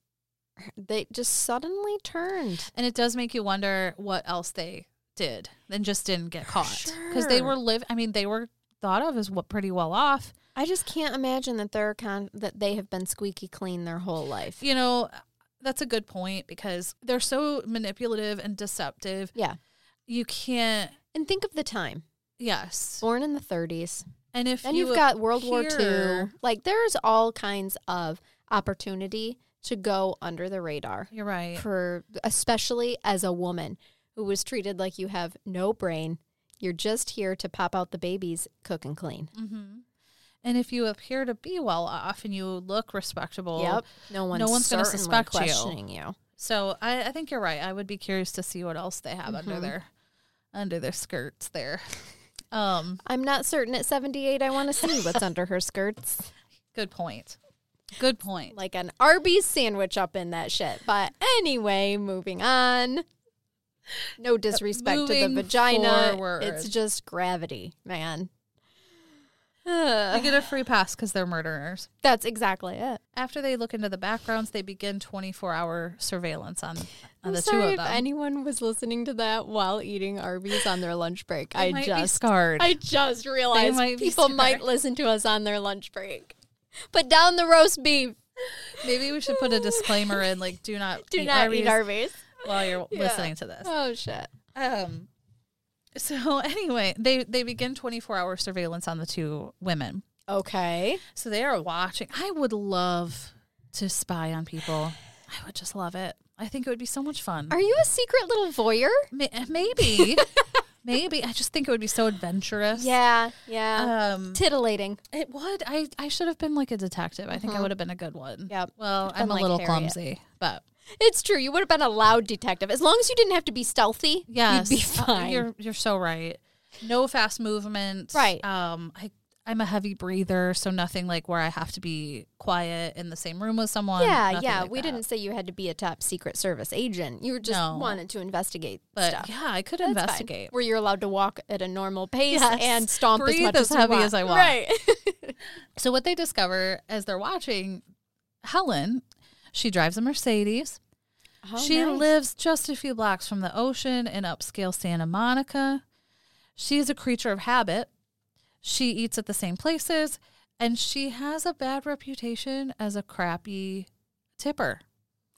B: they just suddenly turned.
A: And it does make you wonder what else they did and just didn't get caught because they
B: sure.
A: were live. I mean, they were thought of as what pretty well off.
B: I just can't imagine that they're con- that they have been squeaky clean their whole life.
A: You know, that's a good point because they're so manipulative and deceptive.
B: Yeah,
A: You can't.
B: and think of the time.
A: Yes,
B: Born in the 30s,
A: and if
B: and
A: you
B: you've got World War
A: appear-
B: II. Like there's all kinds of opportunity to go under the radar
A: you're right.
B: for especially as a woman who was treated like you have no brain. You're just here to pop out the babies, cook and clean.
A: hmm And if you appear to be well off and you look respectable,
B: Yep. No one's,
A: one's gonna
B: certainly
A: suspect you.
B: questioning you.
A: So I, I think you're right. I would be curious to see what else they have under
B: Mhm.
A: their under their skirts there. Um,
B: I'm not certain at 78 I want to see what's under her skirts.
A: Good point. Good point.
B: Like an Arby's sandwich up in that shit. But anyway, moving on. No disrespect to the
A: Uh, Moving
B: vagina.
A: forward.
B: It's just gravity, man.
A: They
B: Ugh.
A: get a free pass because they're murderers.
B: that's exactly it.
A: After they look into the backgrounds, they begin 24 hour surveillance on, on
B: I'm
A: Oh, the two
B: sorry
A: of
B: if
A: them.
B: anyone was listening to that while eating Arby's on their lunch break.
A: They
B: I
A: might be
B: just
A: scarred.
B: I just realized
A: might be
B: people might
A: scared.
B: listen to us on their lunch break. Put down the roast beef.
A: Maybe we should put a disclaimer in like, do not
B: Do
A: eat
B: not
A: Arby's
B: eat Arby's.
A: while you're
B: Yeah.
A: listening to this.
B: Oh shit.
A: Um, so, anyway, they, they begin 24 hour surveillance on the two women.
B: Okay.
A: So they are watching. I would love to spy on people, I would just love it. I think it would be so much fun.
B: Are you a secret little voyeur?
A: Ma- eh, Maybe. Maybe. I just think it would be so adventurous.
B: Yeah, yeah.
A: Um,
B: Titillating.
A: it would. I, I should have been like a detective. I think I would have been a good one.
B: Uh-huh. Yep.
A: Well,
B: been
A: I'm a
B: like
A: little
B: Harriet.
A: clumsy, but
B: It's true. You would have been a loud detective. As long as you didn't have to be stealthy,
A: yes,
B: you'd be
A: uh,
B: fine.
A: you're you're so right. No fast movement.
B: Right.
A: Um, I I'm a heavy breather, so nothing like where I have to be quiet in the same room with someone.
B: yeah,
A: nothing
B: yeah.
A: like
B: we
A: that.
B: didn't say you had to be a top secret service agent. You just
A: No.
B: wanted to investigate
A: But
B: stuff.
A: yeah, I could
B: That's fine.
A: investigate.
B: Where you're allowed to walk at a normal pace
A: Yes.
B: and stomp as
A: Breathe
B: much as
A: as
B: you
A: heavy
B: want.
A: as I want.
B: Right.
A: So what they discover as they're watching, Helen, she drives a Mercedes. she
B: lives.
A: lives just a few blocks from the ocean in upscale Santa Monica. She is a creature of habit. She eats at the same places, and she has a bad reputation as a crappy tipper.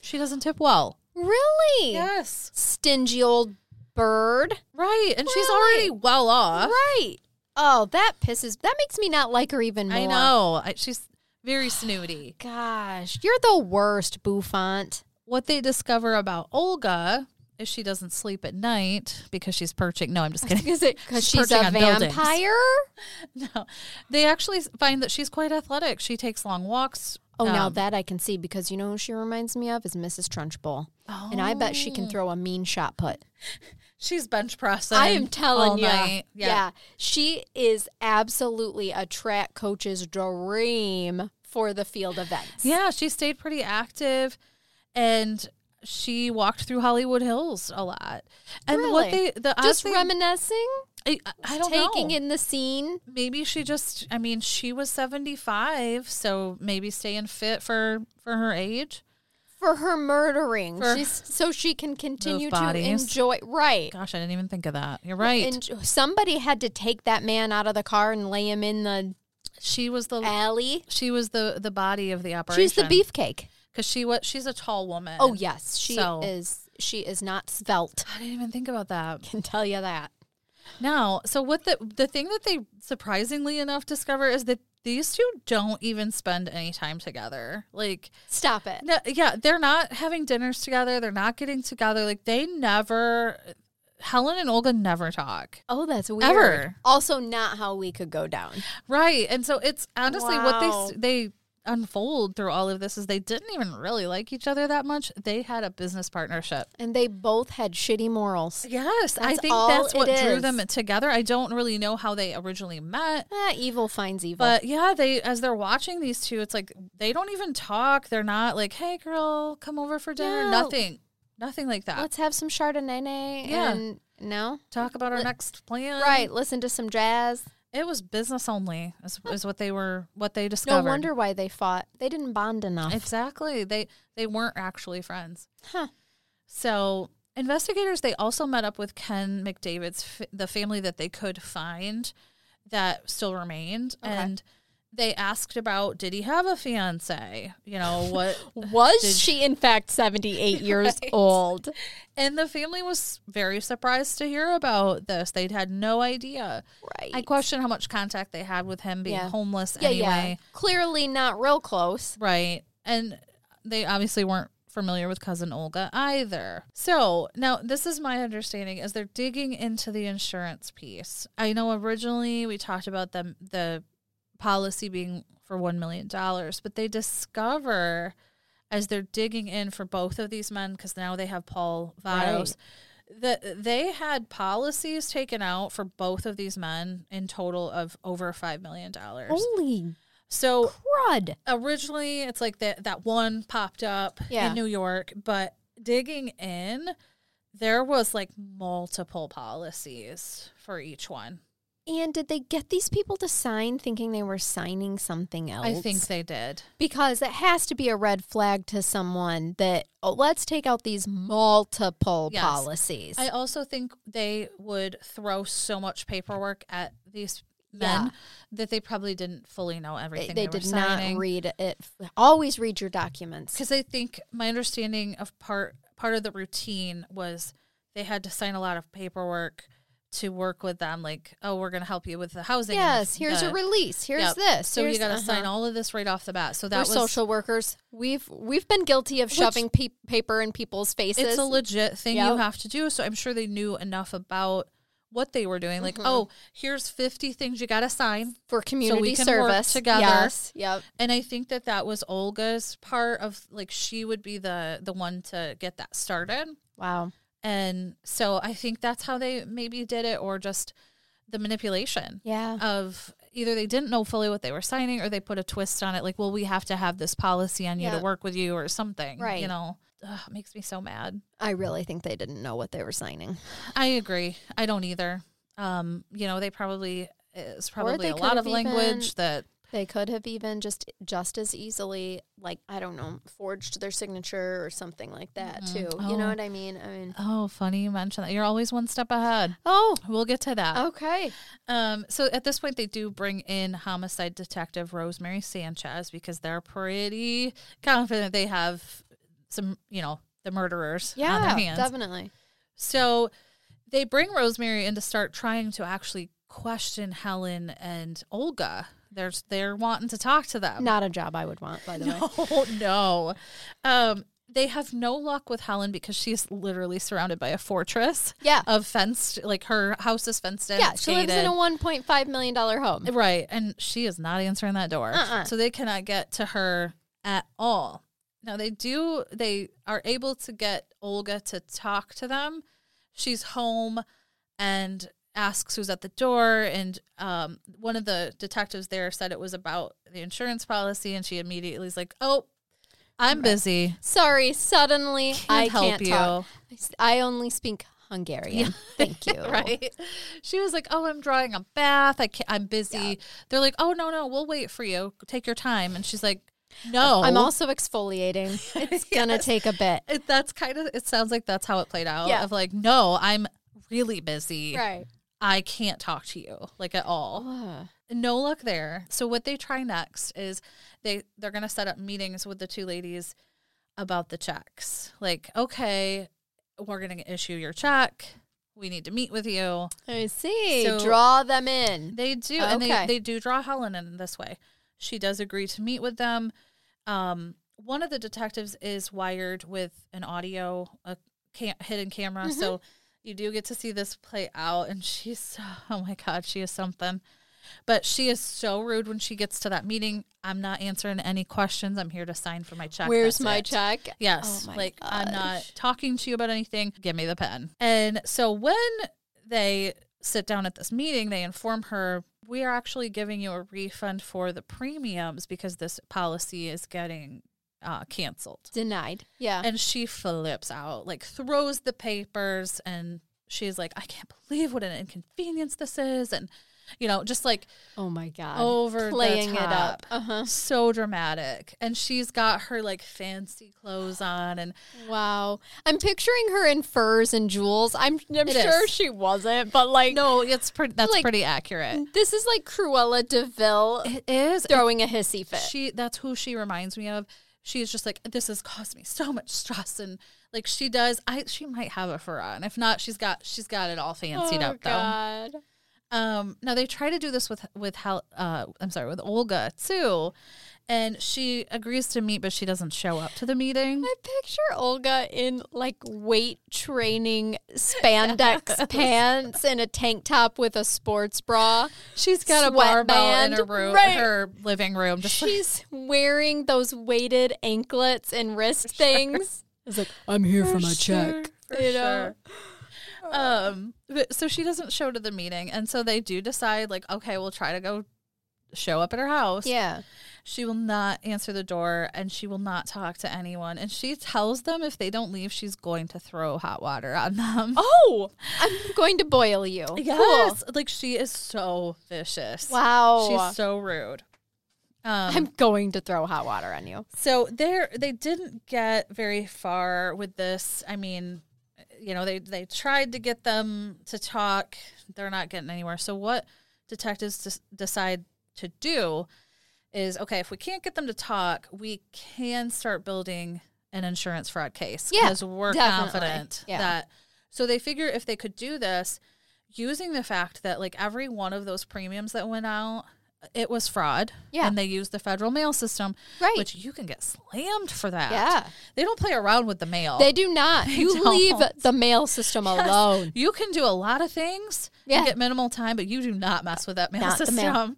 A: She doesn't tip well.
B: Really?
A: Yes.
B: Stingy old bird.
A: Right. And she's
B: Really?
A: already well off.
B: Right. Oh, that pisses. That makes me not like her even more.
A: I know. I, she's very snooty.
B: Gosh, you're the worst, Bouffant.
A: What they discover about Olga is she doesn't sleep at night because she's perching. No, I'm just kidding.
B: Is it because
A: She's
B: she's a
A: perching on buildings.
B: vampire?
A: No, they actually s- find that she's quite athletic. She takes long walks.
B: Oh, now
A: Um,
B: that I can see because you know who she reminds me of is Mrs. Trunchbull, and I bet she can throw a mean shot put.
A: she's bench pressing.
B: I am
A: all
B: telling you,
A: night. Yeah.
B: she is absolutely a track coach's dream for the field events.
A: Yeah, she stayed pretty active, and she walked through Hollywood Hills a lot. And what
B: Really?
A: they the odd
B: Just
A: thing-
B: reminiscing,
A: I, I don't
B: taking
A: know.
B: in the scene.
A: Maybe she just I mean she was 75, so maybe staying fit for for her age.
B: for her murdering.
A: For-
B: She's so she can continue to
A: bodies.
B: enjoy. Right.
A: Gosh, I didn't even think of that. You're right.
B: And somebody had to take that man out of the car and lay him in the
A: she was the
B: alley.
A: she was the the body of the operation.
B: She's the beefcake.
A: cuz she was she's a tall woman.
B: Oh yes, she
A: So-
B: is. She is not svelte.
A: I didn't even think about that.
B: Can tell you that.
A: Now, so what the the thing that they surprisingly enough discover is that these two don't even spend any time together. Like
B: Stop it.
A: No, yeah, they're not having dinners together. They're not getting together. Like they never. Helen and Olga never talk.
B: Oh, that's weird.
A: Ever.
B: Also, not how we could go down.
A: Right, and so it's honestly what they
B: Wow.
A: s- they unfold through all of this is they didn't even really like each other that much. They had a business partnership.
B: And they both had shitty morals.
A: Yes, I
B: That's
A: think
B: all
A: that's
B: it
A: what drew
B: is.
A: them together. I don't really know how they originally met.
B: Ah, evil finds evil.
A: But yeah, they as they're watching these two, it's like they don't even talk. They're not like, "Hey, girl, come over for dinner."
B: No.
A: Nothing, nothing like that.
B: Let's have some Chardonnay.
A: Yeah. Um,
B: And no.
A: talk about our next plan.
B: Right. Listen to some jazz.
A: It was business only, is, is what they were what they
B: No
A: discovered.
B: wonder why they fought. They didn't bond enough.
A: Exactly. They they weren't actually friends.
B: Huh.
A: So investigators they also met up with Ken McDavid's f- the family that they could find that still remained
B: Okay.
A: and they asked about did he have a fiance? You know what?
B: Was
A: Did-
B: she in fact 78 years old?
A: and the family was very surprised to hear about this. They'd had no idea.
B: Right.
A: I question how much contact they had with him being
B: Yeah.
A: homeless
B: yeah,
A: anyway.
B: yeah. Clearly not real close.
A: Right. And they obviously weren't familiar with cousin Olga either. So now this is my understanding as they're digging into the insurance piece. I know originally we talked about them the policy being for one million dollars, but they discover as they're digging in for both of these men, because now they have Paul Vados, that they had policies taken out for both of these men in total of over five million dollars.
B: Holy
A: So
B: crud.
A: originally it's like that that one popped up
B: Yeah.
A: in New York, but digging in, there was like multiple policies for each one.
B: And did they get these people to sign thinking they were signing something else?
A: I think they did.
B: because it has to be a red flag to someone that oh, let's take out these multiple
A: Yes.
B: policies.
A: I also think they would throw so much paperwork at these men
B: Yeah.
A: that they probably didn't fully know
B: they,
A: everything
B: they
A: they, were
B: did
A: signing.
B: not read it. Always read your documents.
A: because I think my understanding of part part of the routine was they had to sign a lot of paperwork to work with them. Like, oh, we're going to help you with the housing. and
B: Yes,
A: the-
B: here's a
A: the-
B: release. Here's
A: Yep.
B: this.
A: So you
B: here's-
A: got to
B: uh-huh.
A: sign all of this right off the bat. So that
B: We're
A: was
B: social workers. We've we've been guilty of shoving pe- paper in people's faces.
A: It's a legit thing you
B: Yep.
A: have to do. So I'm sure they knew enough about what they were doing.
B: Mm-hmm.
A: Like, oh, here's 50 things you got to sign.
B: for community
A: can work
B: service
A: together.
B: Yes. Yep.
A: And I think that that was Olga's part of like she would be the the one to get that started.
B: Wow.
A: And so I think that's how they maybe did it, or just the manipulation
B: Yeah.
A: of either they didn't know fully what they were signing or they put a twist on it, like, well, we have to have this policy on you
B: Yeah.
A: to work with you or something.
B: Right.
A: You know, Ugh, it makes me so mad.
B: I really think they didn't know what they were signing.
A: I agree. I don't either. Um, you know, they probably, it's probably
B: they
A: a
B: could
A: lot of
B: have even-
A: language that,
B: They could have even just just as easily, like I don't know, forged their signature or something like that too. You
A: Oh.
B: know what I mean? I mean.
A: oh, funny you mentioned that. You're always one step ahead.
B: Oh.
A: We'll get to that.
B: Okay.
A: Um, so at this point, they do bring in homicide detective Rosemary Sanchez because they're pretty confident they have some, you know, the murderers on their
B: Yeah.
A: hands.
B: Definitely.
A: So they bring Rosemary in to start trying to actually question Helen and Olga. They're they're wanting to talk to them.
B: Not a job I would want, by the way.
A: Oh no. Um, they have no luck with Helen because she's literally surrounded by a fortress
B: Yeah.
A: of fenced, like her house is fenced in.
B: Yeah.
A: it's
B: She lives in
A: gated.
B: a one point five million dollar home.
A: Right. And she is not answering that door.
B: Uh-uh.
A: So they cannot get to her at all. Now they do they are able to get Olga to talk to them. She's home and asks who's at the door and um, one of the detectives there said it was about the insurance policy and she immediately is like, "Oh, I'm busy.
B: Sorry, suddenly
A: Can't
B: I
A: help
B: can't
A: you.
B: talk. I s- I only speak Hungarian. Thank you.
A: Right. She was like, "Oh, I'm drawing a bath. I can't, I'm busy." They're like, "Oh, no, no. We'll wait for you. Take your time." And she's like, "No.
B: I'm also exfoliating. It's gonna take a bit.
A: It, that's kind of it sounds like that's how it played out
B: Yeah.
A: of like, "No, I'm really busy.
B: Right.
A: I can't talk to you like at all." no luck there. So what they try next is they they're going to set up meetings with the two ladies about the checks. Like, okay, we're going to issue your check. We need to meet with you.
B: I see.
A: So-
B: Draw them in.
A: They do, and
B: Uh, Okay.
A: they they do draw Helen in this way. She does agree to meet with them. Um, one of the detectives is wired with an audio a cam- hidden camera,
B: Mm-hmm.
A: so you do get to see this play out. And she's oh my god, she is something. But she is so rude when she gets to that meeting. I'm not answering any questions. I'm here to sign for my check.
B: Where's
A: That's
B: my
A: it."
B: check?
A: Yes.
B: Oh my
A: like, I'm not
B: gosh.
A: talking to you about anything. Give me the pen. And so when they sit down at this meeting, they inform her, we are actually giving you a refund for the premiums because this policy is getting uh, canceled.
B: Denied. Yeah.
A: And she flips out, like throws the papers and she's like, I can't believe what an inconvenience this is. And, you know, just like
B: oh my god.
A: over the
B: playing it
A: top.
B: up. Uh huh.
A: so dramatic. And she's got her like fancy clothes on and
B: Wow. I'm picturing her in furs and jewels. I'm I'm
A: It
B: sure
A: is.
B: she wasn't, but like
A: No, it's pretty. That's
B: Like-
A: pretty accurate.
B: this is like Cruella Deville
A: It is.
B: throwing a hissy fit.
A: She. That's who she reminds me of. She is just like this has caused me so much stress, and like she does. I she might have a fur on. If not, she's got she's got it all fancied up
B: Oh, God.
A: though. Um. Now they try to do this with with Hel- uh I'm sorry with Olga too, and she agrees to meet, but she doesn't show up to the meeting.
B: I picture Olga in like weight training spandex pants and a tank top with a sports bra.
A: She's got a barbell in
B: Sweatband,
A: her room,
B: right.
A: her living room. Just like,
B: She's wearing those weighted anklets and wrist things. It's like I'm here for, my check. you know?
A: sure. Um, but, so she doesn't show to the meeting, and so they do decide, like, okay, we'll try to go show up at her house.
B: Yeah.
A: She will not answer the door, and she will not talk to anyone. And she tells them if they don't leave, she's going to throw hot water on them.
B: Oh, I'm going to boil you. Cool.
A: yes, like she is so vicious.
B: Wow.
A: she's so rude. Um,
B: I'm going to throw hot water on you.
A: So there, they didn't get very far with this. I mean, you know, they they tried to get them to talk. They're not getting anywhere. So what detectives des- decide to do is okay. If we can't get them to talk, we can start building an insurance fraud case.
B: Yeah,
A: because we're
B: definitely.
A: confident
B: Yeah.
A: that. So they figure if they could do this, using the fact that like every one of those premiums that went out, it was fraud.
B: Yeah.
A: and they used the federal mail system
B: Right.
A: which you can get slammed for that.
B: Yeah.
A: They don't play around with the mail.
B: They do not. you
A: oh, don't.
B: leave the mail system alone.
A: you can do a lot of things
B: Yeah.
A: and get minimal time, but you do not mess with that mail
B: Not the
A: system.
B: mail.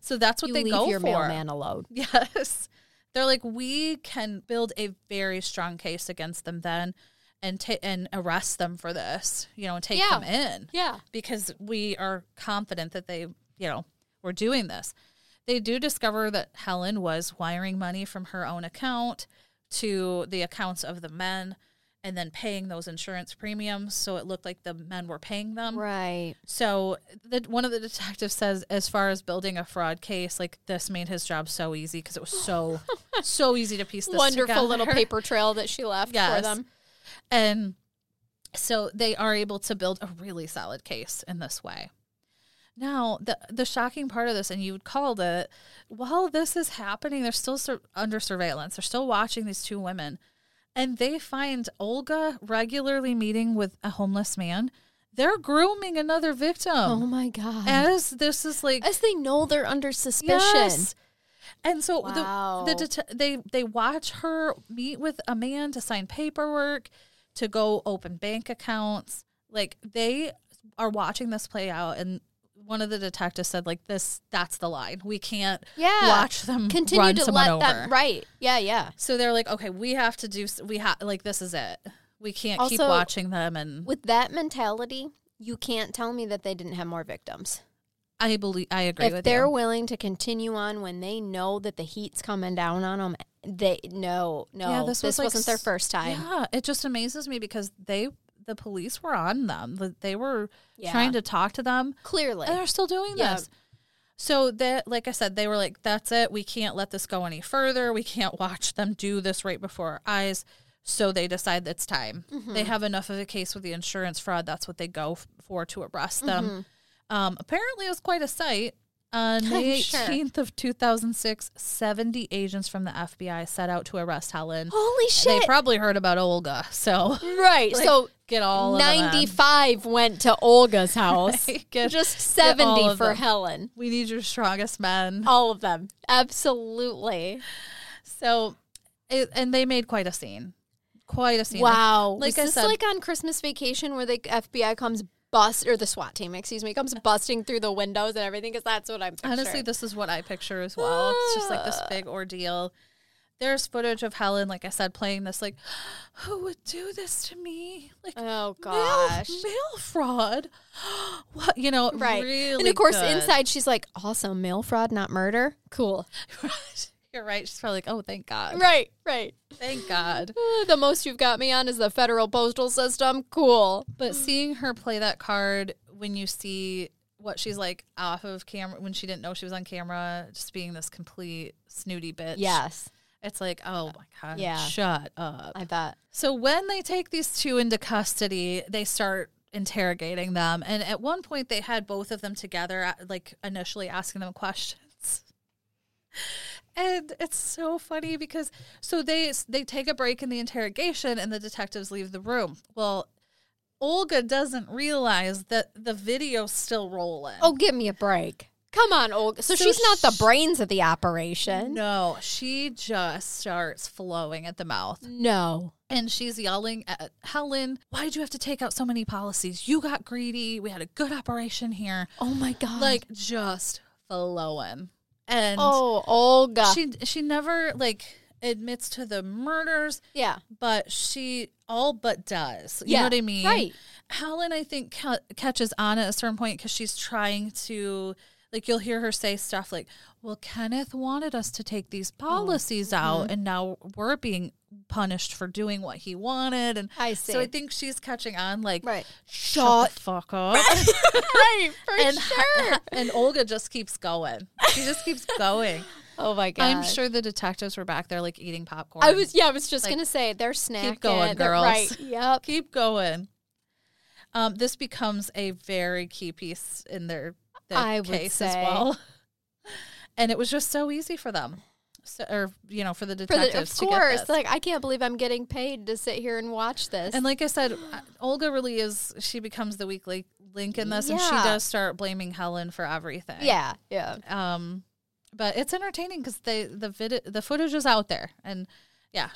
A: So that's what
B: You
A: they
B: leave
A: go
B: your
A: for.
B: mailman alone.
A: Yes. They're like, we can build a very strong case against them then and ta- and arrest them for this, you know, and take
B: Yeah.
A: them in.
B: Yeah.
A: because we are confident that they, you know, were doing this. They do discover that Helen was wiring money from her own account to the accounts of the men and then paying those insurance premiums. So it looked like the men were paying
B: Mm.
A: them.
B: Right.
A: So the, one of the detectives says, as far as building a fraud case, like this made his job so easy because it was so, so easy to piece this
B: Wonderful little
A: together.
B: paper trail that she left for
A: Yes.
B: them.
A: And Um, so they are able to build a really solid case in this way. Now, the the shocking part of this, and you would called it, while this is happening, they're still sur- under surveillance. They're still watching these two women, and they find Olga regularly meeting with a homeless man. They're grooming another victim
B: Oh my god.
A: as this is like
B: As they know they're under suspicion.
A: Yes. And so
B: Wow.
A: the, the det- they they watch her meet with a man to sign paperwork, to go open bank accounts. Like they are watching this play out and one of the detectives said like this that's the line. We can't
B: Yeah.
A: watch them
B: Mm. Continue
A: run
B: to
A: someone
B: let
A: over.
B: them right. Yeah, yeah.
A: So they're like okay, we have to do s- we have like this is it. We can't keep
B: Also-
A: watching them and
B: With that mentality, you can't tell me that they didn't have more victims.
A: I believe I agree
B: if
A: with
B: they're
A: you.
B: willing to continue on when they know that the heat's coming down on them They no, no.
A: Yeah,
B: this,
A: this was like
B: was not their
A: s-
B: first time.
A: Yeah, it just amazes me because they the police were on them. Like, They were
B: Yeah.
A: trying to talk to them
B: Clearly.
A: and they're still doing
B: Yeah.
A: this. So that like I said, they were like, That's it, we can't let this go any further. We can't watch them do this right before our eyes. So they decide it's time.
B: Mm-hmm.
A: They have enough of a case with the insurance fraud. That's what they go f- for to arrest them. Um, apparently, it was quite a sight. On May
B: Mm-hmm. I'm sure.
A: 18th of 2006, 70 agents from the FBI set out to arrest Helen
B: Holy
A: they
B: Oh, shit.
A: probably heard about Olga. So
B: right. so
A: get all of them.
B: 95 went to Olga's house.
A: Get-
B: Just
A: get all
B: 70
A: of
B: for
A: them.
B: Helen.
A: We need your strongest men.
B: All of them. Absolutely.
A: So, it, and they made quite a scene. Quite a scene.
B: Wow.
A: Like
B: Like
A: I
B: this
A: said-
B: like on Christmas vacation where the FBI comes bust or the SWAT team, excuse me, comes busting through the windows and everything cuz that's what I'm picturing.
A: Honestly, this is what I picture as well. It's just like
B: Ah.
A: this big ordeal. There's footage of Helen, like I said, playing this, like, who would do this to me? Like,
B: Oh
A: mail,
B: gosh.
A: mail fraud. what, you know,
B: Right.
A: Really
B: and of course
A: good.
B: inside she's like, "Awesome, mail fraud, not murder." Cool.
A: You're right. She's probably like, oh, thank God.
B: Right, right.
A: Thank God.
B: Uh, The most you've got me on is the federal postal system. Cool.
A: But seeing her play that card when you see what she's like off of camera when she didn't know she was on camera, just being this complete snooty bitch.
B: Yes,
A: It's like, oh my God,
B: Yeah.
A: shut up.
B: I bet.
A: So when they take these two into custody, they start interrogating them. And at one point, they had both of them together, uh, like initially asking them questions. And it's so funny because so they they take a break in the interrogation and the detectives leave the room. Well, Olga doesn't realize that the video's still rolling.
B: Oh, give me a break. Come on, Olga. So,
A: So
B: she's not the
A: sh-
B: brains of the operation.
A: no, she just starts flowing at the mouth.
B: No.
A: And she's yelling at Helen, why'd you have to take out so many policies? You got greedy. We had a good operation here.
B: Oh my god.
A: Like just flowing. And
B: oh, Olga.
A: she she never like admits to the murders,
B: yeah.
A: but she all but does. You
B: Yeah,
A: know what I mean?
B: right.
A: Helen, I think, ca- catches on at a certain point because she's trying to, like, you'll hear her say stuff like, well, Kenneth wanted us to take
B: Oh,
A: these policies
B: mm-hmm.
A: out, and now we're being punished for doing what he wanted. And
B: I
A: so I
B: see.
A: think she's catching on, like,
B: Right.
A: shut the fuck up.
B: right. For
A: and, and Olga just keeps going. She just keeps going.
B: oh my god.
A: I'm sure the detectives were back there, like, eating popcorn.
B: I was. Yeah. I was just
A: Like,
B: gonna say they're snacking.
A: going,
B: They're-
A: girls.
B: Right. Yep.
A: keep going. Um, this becomes a very key piece in their, their
B: I would
A: case as
B: say.
A: well. And it was just so easy for them, so, or you know, for the
B: For the-
A: detectives
B: of
A: to get
B: course.
A: this.
B: Like I can't believe I'm getting paid to sit here and watch this.
A: and like I said, uh, Olga really is. She becomes the weak li- link in this, and she
B: Yeah.
A: does start blaming Helen for everything.
B: yeah. Yeah.
A: Um, but it's entertaining because they the vid- the footage is out there, and yeah,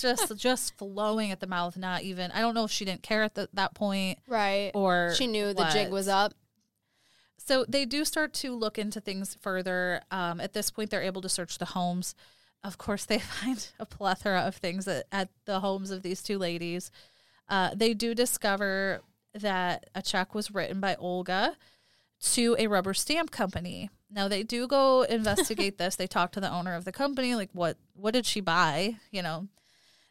A: just just flowing at the mouth. Not even. I don't know if she didn't care at the, that point.
B: Right.
A: Or
B: she knew the jig
A: what.
B: was up.
A: So they do start to look into things further. Um, at this point, they're able to search the homes. Of course, they find a plethora of things at, at the homes of these two ladies. Uh, they do discover that a check was written by Olga to a rubber stamp company. Now they do go investigate this. They talk to the owner of the company, like what what did she buy? You know,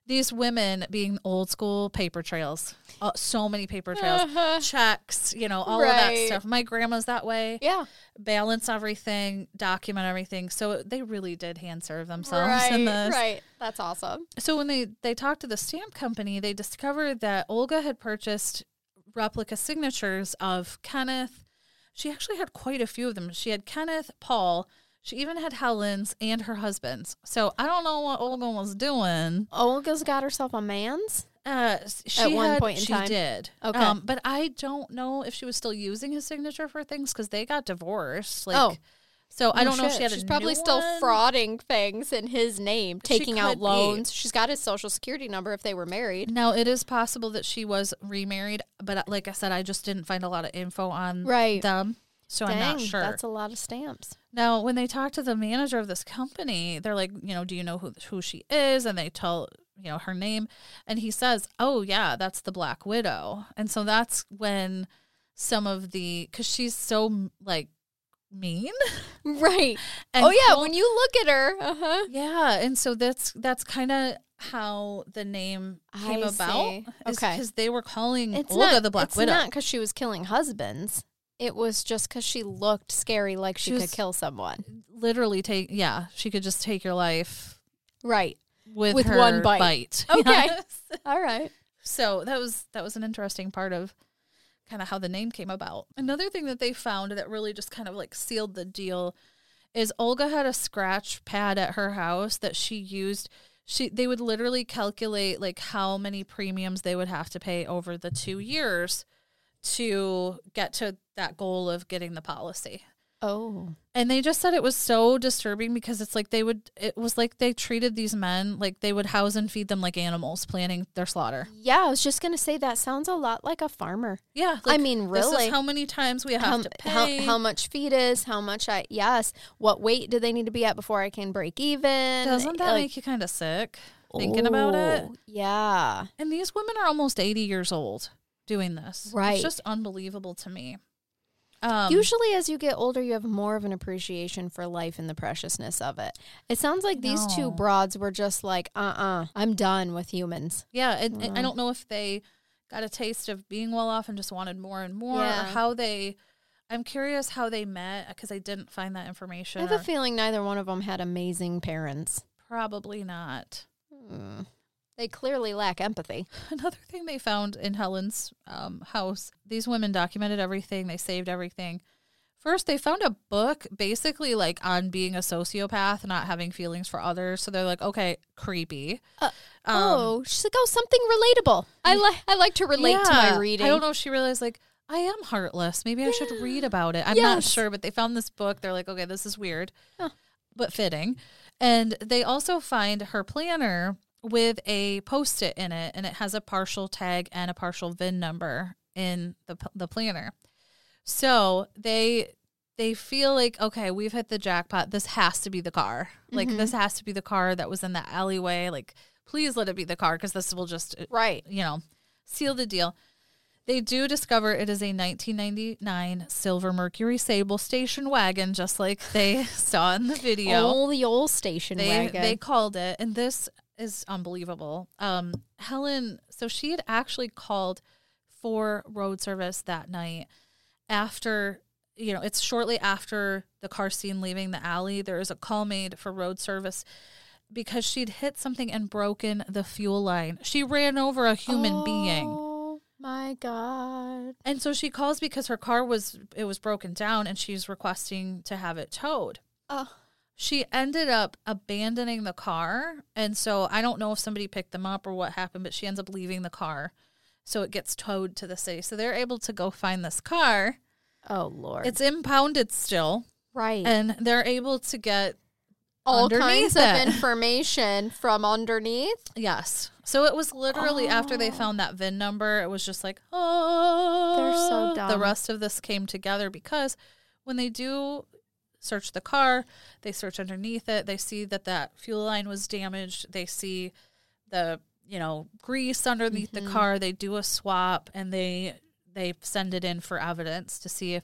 A: these women being old school paper trails, uh, so many paper trails, checks, you know, all of that
B: Right.
A: stuff. My grandma's that way.
B: Yeah.
A: Balance everything, document everything. So they really did hand serve themselves
B: Right.
A: in this.
B: Right. That's awesome.
A: So when they they talked to the stamp company, they discovered that Olga had purchased replica signatures of Kenneth. She actually had quite a few of them. She had Kenneth, Paul. She even had Helen's and her husband's. So I don't know what Olga was doing.
B: Olga's got herself a man's.
A: Uh, s- she
B: one
A: had-
B: point in
A: she
B: time?
A: did. Um,
B: Okay.
A: but I don't know if she was still using his signature for things because they got divorced. Like,
B: Oh.
A: so I
B: Oh,
A: don't know if
B: shit.
A: she had.
B: She's
A: a
B: probably
A: new
B: still
A: one.
B: frauding things in his name,
A: She
B: taking out
A: could be.
B: loans. She's got his social security number if they were married.
A: Now it is possible that she was remarried, but uh, like I said, I just didn't find a lot of info on
B: Right.
A: them, so I'm not
B: Dang,
A: sure.
B: That's a lot of stamps.
A: now, when they talk to the manager of this company, they're like, you know, do you know who who she is? And they tell you know her name, and he says, oh yeah, that's the Black Widow, and so that's when some of the because she's so like mean.
B: Right.
A: And
B: oh yeah,
A: Col-
B: when you look at her. Uh-huh.
A: yeah. And so that's that's kind of how the name came
B: I
A: about.
B: see. Okay.
A: Because they were calling
B: It's
A: Olga
B: not,
A: the Black
B: it's
A: Widow.
B: not because she was killing husbands. It was just because she looked scary, like she,
A: She was-
B: could kill someone.
A: Literally take yeah. She could just take your life
B: Right.
A: with,
B: With
A: her
B: one bite. Okay.
A: Yes.
B: All right.
A: So that was that was an interesting part of kind of how the name came about. Another thing that they found that really just kind of like sealed the deal is Olga had a scratch pad at her house that she used she they would literally calculate like how many premiums they would have to pay over the 2 years to get to that goal of getting the policy.
B: Oh.
A: And they just said it was so disturbing because it's like they would it was like they treated these men like they would house and feed them like animals planning their slaughter.
B: Yeah, I was just gonna say that sounds a lot like a farmer.
A: Yeah,
B: I mean,
A: This
B: really.
A: is how many times we have
B: How,
A: to pay.
B: how how much fetus? How much I yes? What weight do they need to be at before I can break even?
A: Doesn't that
B: Like,
A: make you kind of sick thinking about it?
B: oh, Yeah.
A: And these women are almost eighty years old doing this.
B: Right.
A: it's just unbelievable to me. Um,
B: Usually, as you get older, you have more of an appreciation for life and the preciousness of it. It sounds like these
A: No.
B: two broads were just like, uh uh-uh, uh, i am done with humans.
A: yeah, and, and
B: Mm.
A: I don't know if they got a taste of being well off and just wanted more and more, or
B: Yeah.
A: how they. I'm curious how they met because I didn't find that information.
B: I have a
A: or-
B: feeling neither one of them had amazing parents.
A: probably not.
B: Hmm. They clearly lack empathy.
A: Another thing they found in Helen's um, house, these women documented everything, they saved everything. First, they found a book basically like on being a sociopath, not having feelings for others. So they're like, okay, creepy.
B: Uh,
A: Um,
B: oh, she's like, oh, something relatable. I like I like to relate to
A: yeah.
B: my reading.
A: I don't know if she realized like I am heartless. Maybe I should read about it. I'm not
B: Yes.
A: sure, but they found this book. They're like, okay, this is weird,
B: Huh.
A: but fitting. And they also find her planner with a post-it in it, and it has a partial tag and a partial VIN number in the p- the planner. So they they feel like okay, we've hit the jackpot. This has to be the car. Like
B: Mm-hmm.
A: this has to be the car that was in the alleyway. Like please let it be the car because this will just uh,
B: Right.
A: you know, seal the deal. They do discover it is a 1999 silver Mercury Sable station wagon, just like they saw in the video.
B: All the old station
A: they
B: wagon.
A: they called it, and this is unbelievable. Um, Helen, so she had actually called for road service that night after. You know, it's shortly after the car scene leaving the alley. There is a call made for road service because she'd hit something and broken the fuel line. She ran over a human being.
B: Oh my god.
A: And so she calls because her car was it was broken down and she's requesting to have it towed.
B: Oh.
A: She ended up abandoning the car and so I don't know if somebody picked them up or what happened, but she ends up leaving the car. So it gets towed to the city. So they're able to go find this car.
B: Oh lord.
A: It's impounded still
B: right.
A: and they're able to get
B: all
A: underneath
B: kinds
A: it.
B: of information from underneath.
A: Yes. So it was literally after they
B: Oh.
A: found that VIN number, it was just like, oh,
B: so
A: The
B: dumb.
A: rest of this came together because when they do search the car, they search underneath it. They see that that fuel line was damaged. They see the you know grease underneath
B: Mm-hmm.
A: the car. They do a swap and they they send it in for evidence to see if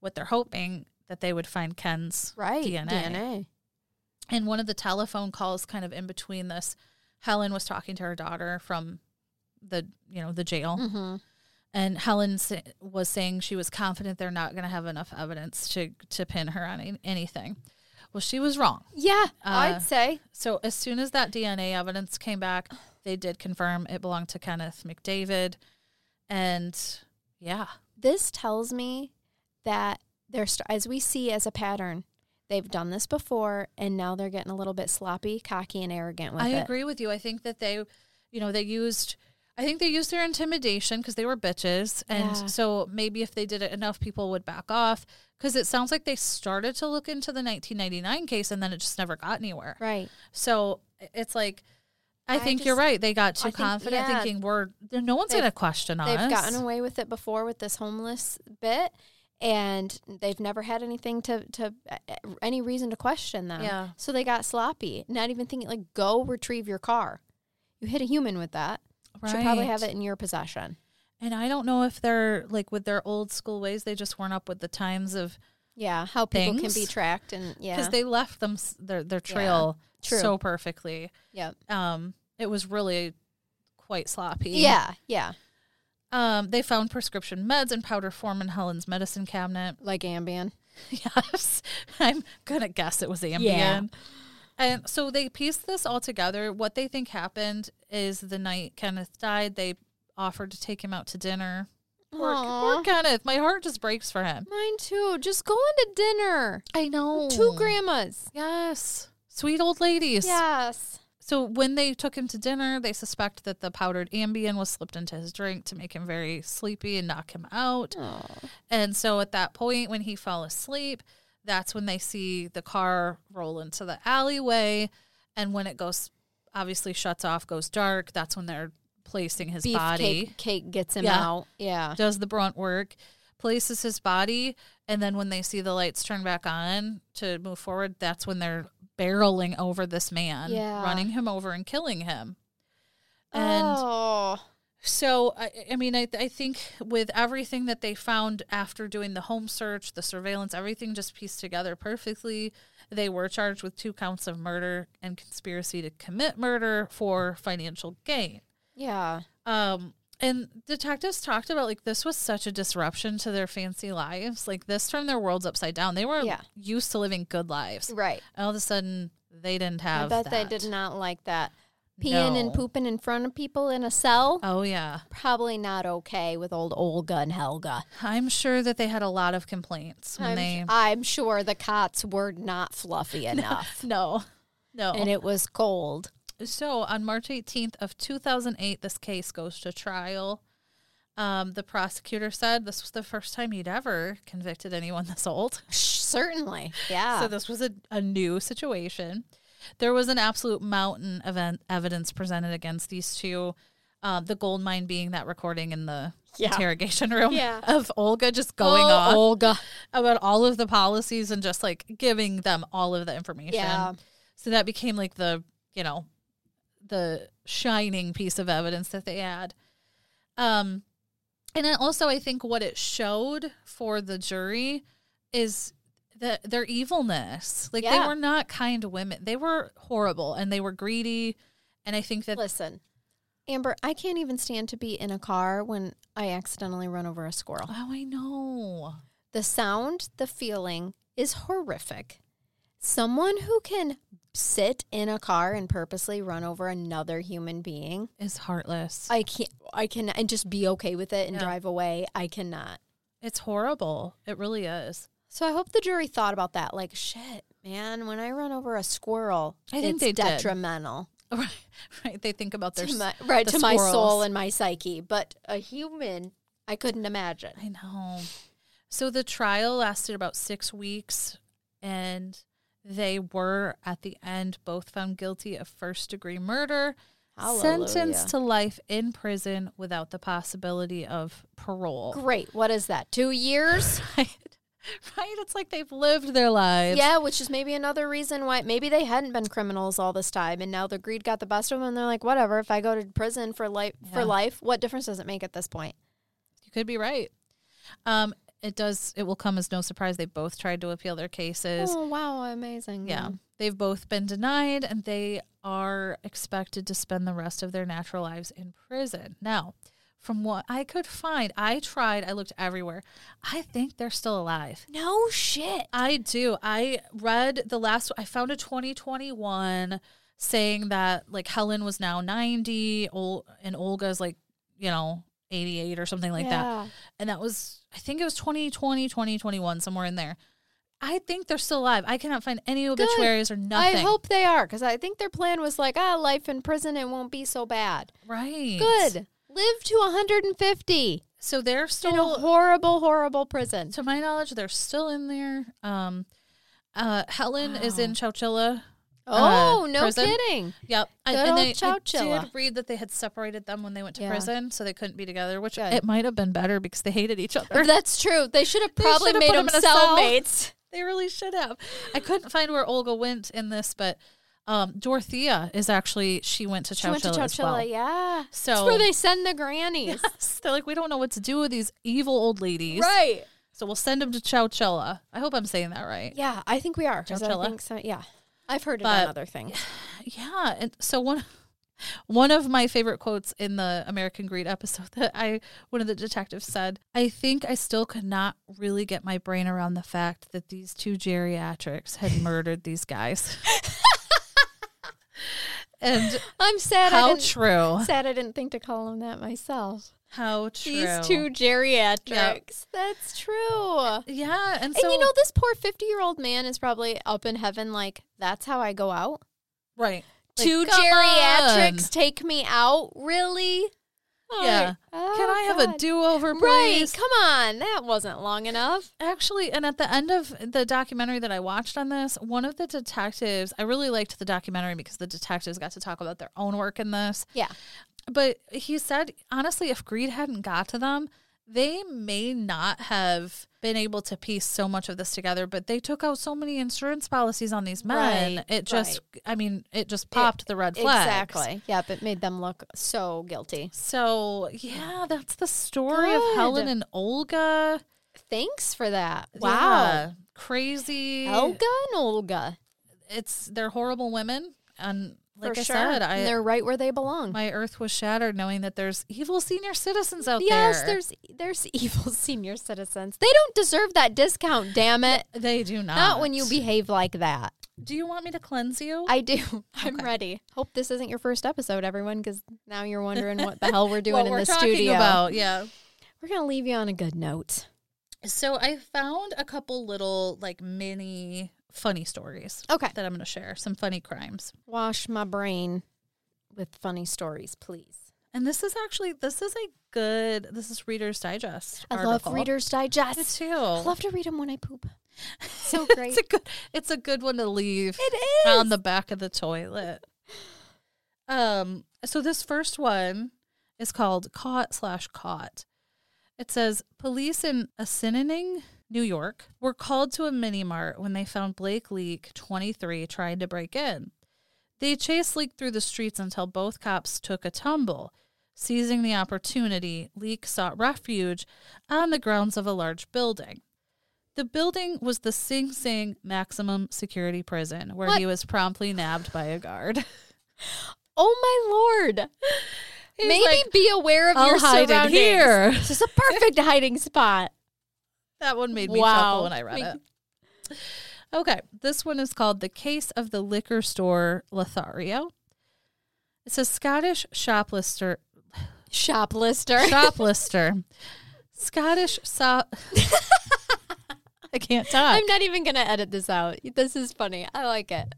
A: what they're hoping that they would find Ken's
B: Right.
A: DNA.
B: DNA.
A: And one of the telephone calls, kind of in between this, Helen was talking to her daughter from the you know the jail,
B: Mm-hmm.
A: and Helen sa- was saying she was confident they're not going to have enough evidence to to pin her on any- anything. Well, she was wrong.
B: Yeah,
A: Uh,
B: I'd say.
A: So as soon as that DNA evidence came back, they did confirm it belonged to Kenneth McDavid, and yeah,
B: This tells me that they're, st- as we see as a pattern, they've done this before and now they're getting a little bit sloppy, cocky, and arrogant with
A: I
B: it.
A: agree with you. I think that they, you know, they used. I think they used their intimidation because they were bitches, and
B: Yeah.
A: so maybe if they did it enough, people would back off. Because it sounds like they started to look into the 1999 case, and then it just never got anywhere.
B: Right.
A: So i- it's like, I,
B: I
A: think
B: just-
A: you're right. They
B: I
A: got too
B: think-
A: confident,
B: yeah.
A: thinking we're no one's
B: They've-
A: gonna question us.
B: They've gotten away with it before with this homeless bit and they've never had anything to, to uh, uh, any reason to question them.
A: Yeah.
B: So they got sloppy, not even thinking, like, go retrieve your car. You hit a human with that. You Should probably have
A: Right.
B: it in your possession.
A: And I don't know if they're like with their old school ways, they just weren't up with the times of
B: Yeah, how people
A: Things.
B: can be tracked and yeah.
A: because they left them s- their their trail
B: True.
A: so perfectly.
B: yep.
A: Um, it was really quite sloppy.
B: Yeah, yeah.
A: Um, they found prescription meds in powder form in Helen's medicine cabinet.
B: Like Ambien.
A: Yes, I'm gonna guess it was Ambien.
B: Yeah.
A: And so they pieced this all together. What they think happened is the night Kenneth died, they offered to take him out to dinner. Poor, poor
B: Aw.
A: Kenneth. My heart just breaks for him.
B: Mine too. Just going to dinner.
A: I know.
B: Two grandmas.
A: Yes. Sweet old ladies.
B: Yes.
A: So when they took him to dinner, they suspect that the powdered Ambien was slipped into his drink to make him very sleepy and knock him out. And so at that point, when he fell asleep, that's when they see the car roll into the alleyway. And when it goes, obviously shuts off, goes dark, that's when they're placing his
B: Beefcake
A: body.
B: cake, gets him
A: Yeah.
B: out. Yeah.
A: Does the brunt work, places his body. And then when they see the lights turn back on to move forward, that's when they're barreling over this man,
B: Yeah.
A: running him over and killing him. And
B: oh.
A: so, I, I mean, I, I think with everything that they found after doing the home search, the surveillance, everything just pieced together perfectly. They were charged with two counts of murder and conspiracy to commit murder for financial gain.
B: Yeah.
A: Um, and detectives talked about like this was such a disruption to their fancy lives. Like this turned their worlds upside down. They were
B: Yeah.
A: used to living good lives.
B: Right.
A: All of a sudden, they didn't have.
B: I bet they
A: that.
B: did not like that. Peeing
A: No.
B: and pooping in front of people in a cell.
A: Oh yeah,
B: Probably not okay with old Olga and Helga.
A: I'm sure that they had a lot of complaints when
B: I'm,
A: they.
B: I'm sure the cots were not fluffy enough.
A: No, no.
B: And it was cold.
A: so on March 18th of 2008, this case goes to trial. Um, the prosecutor said this was the first time he'd ever convicted anyone this old.
B: Certainly. Yeah.
A: So this was a, a new situation. There was an absolute mountain of en- evidence presented against these two. Uh, the gold mine being that recording in the
B: Yeah.
A: interrogation room
B: Yeah.
A: of Olga just going
B: Oh,
A: off
B: Olga.
A: about all of the policies and just like giving them all of the information.
B: Yeah.
A: So that became like the, you know, the shining piece of evidence that they had. Um and then also I think what it showed for the jury is that their evilness. Like they
B: Yeah.
A: were not kind women. They were horrible and they were greedy. And I think that
B: Listen, Amber, I can't even stand to be in a car when I accidentally run over a squirrel.
A: Oh, I know.
B: The sound, the feeling is horrific. Someone who can sit in a car and purposely run over another human being,
A: It's heartless.
B: I can't, I can, and just be okay with it and
A: Yeah.
B: drive away. I cannot.
A: it's horrible. It really is.
B: So I hope the jury thought about that. Like, shit, man, when I run over a squirrel,
A: I think
B: it's
A: they did.
B: detrimental
A: Right, right. They think about their
B: to
A: s-
B: my, right
A: the
B: to my soul
A: squirrels.
B: and my psyche. But a human, I couldn't imagine.
A: I know. So the trial lasted about six weeks, and they were at the end both found guilty of first degree murder, sentenced to life in prison without the possibility of parole.
B: Great. What is that? Two years?
A: Right, right. It's like they've lived their lives.
B: yeah, which is maybe another reason why maybe they hadn't been criminals all this time, and now the greed got the best of them. And they're like, whatever. If I go to prison for life,
A: Yeah.
B: for life, what difference does it make at this point?
A: You could be right. Um, it does. It will come as no surprise. They both tried to appeal their cases.
B: Oh wow, amazing.
A: Yeah. They've both been denied and they are expected to spend the rest of their natural lives in prison. Now, from what I could find, I tried, I looked everywhere. I think they're still alive.
B: No shit.
A: I do. I read the last I found a 2021 saying that like Helen was now 90, Ol- and Olga's like, you know, 88 or something like that
B: Yeah.
A: and that was I think it was 2020, 2021, somewhere in there. I think they're still alive. I cannot find any obituaries or nothing.
B: I hope they are because I think their plan was like, ah, life in prison, it won't be so bad.
A: right.
B: Good. Live to 150
A: So they're
B: in a
A: still,
B: horrible, horrible prison.
A: to my knowledge, they're still in there. Um, uh, Helen is in Chowchilla. uh,
B: Oh, no
A: prison.
B: kidding.
A: Yep. I,
B: Good
A: and
B: old
A: they, I
B: Chowchilla.
A: did read that they had separated them when they went to
B: Yeah.
A: prison, so they couldn't be together. Which
B: Good.
A: it might have been better because they hated each other.
B: That's true. They should have
A: They
B: probably
A: should have
B: made
A: put
B: them
A: 'em in a cell.
B: cellmates.
A: They really should have. I couldn't find where Olga went in this, but um, Dorothea is actually she went to Chowchilla
B: She went to
A: as well.
B: Chowchilla, yeah.
A: So
B: That's where they send the grannies.
A: they're like, we don't know what to do with these evil old ladies.
B: Right.
A: So we'll send him to Chowchilla. I hope I'm saying that right.
B: Yeah, I think we are. Is that-
A: Chowchilla?
B: I think so. Yeah. I've heard it
A: But-
B: on other things.
A: Yeah, and so one one of my favorite quotes in the American Greed episode that I one of the detectives said, I think I still could not really get my brain around the fact that these two geriatrics had murdered these guys. and
B: I'm sad I
A: how
B: didn't-
A: true.
B: Sad I didn't think to call him that myself.
A: How true.
B: These two geriatrics. That's true.
A: Yeah, and so
B: and you know, this poor 50 year old man is probably up in heaven, like, that's how I go out.
A: right. Like,
B: Two
A: come
B: geriatrics
A: on.
B: take me out? Really? Oh,
A: Yeah.
B: oh,
A: Can I have
B: God.
A: a do-over,
B: Right.
A: please?
B: Come on. That wasn't long enough.
A: Actually, and at the end of the documentary that I watched on this, one of the detectives, I really liked the documentary because the detectives got to talk about their own work in this.
B: Yeah.
A: But he said, honestly, if greed hadn't got to them, they may not have been able to piece so much of this together, but they took out so many insurance policies on these men.
B: Right,
A: it just, I mean, it just popped the red flag.
B: Exactly. Yep. It made them look so guilty.
A: So, yeah, that's the story
B: Good.
A: of Helen and Olga.
B: Thanks for that.
A: Yeah,
B: Wow.
A: Crazy.
B: Olga and Olga.
A: it's they're horrible women and like
B: for
A: i
B: sure.
A: said i
B: and they're right where they belong.
A: my earth was shattered knowing that there's evil senior citizens out
B: yes,
A: there
B: there's there's evil senior citizens. They don't deserve that discount, damn it.
A: they do not
B: Not when you behave like that.
A: do you want me to cleanse you
B: I do. I'm ready. Hope this isn't your first episode, everyone, because now you're wondering what the hell we're doing
A: What
B: in
A: we're
B: the
A: talking
B: studio.
A: about yeah
B: We're gonna leave you on a good note.
A: so i found a couple little like mini funny stories
B: Okay.
A: that i'm going to share some funny crimes
B: Wash my brain with funny stories, please.
A: and this is actually this is a good this is reader's digest
B: I
A: article.
B: love Reader's
A: Me
B: Digest.
A: too
B: I love to read them when I poop. So
A: it's
B: great.
A: a good it's a good one to leave
B: it is.
A: on the back of the toilet. Um, so this first one is called Caught slash Caught. It says police in Assiniboine, New York, were called to a mini mart when they found Blake Leak, 23, trying to break in. They chased Leak through the streets until both cops took a tumble. Seizing the opportunity, Leak sought refuge on the grounds of a large building. The building was the Sing Sing maximum security prison, where
B: What?
A: he was promptly nabbed by a guard.
B: oh my lord.
A: He's
B: Maybe
A: like,
B: be aware of your
A: "I'll hide in
B: surroundings.
A: here.
B: This is a perfect hiding spot.
A: that one made me chuckle when I read
B: Like,
A: it. Okay, this one is called The Case of the Liquor Store Lothario. It's a Scottish shoplifter.
B: Shoplifter.
A: Shoplifter. Scottish. So- I can't talk.
B: I'm not even going to edit this out. This is funny. I like it.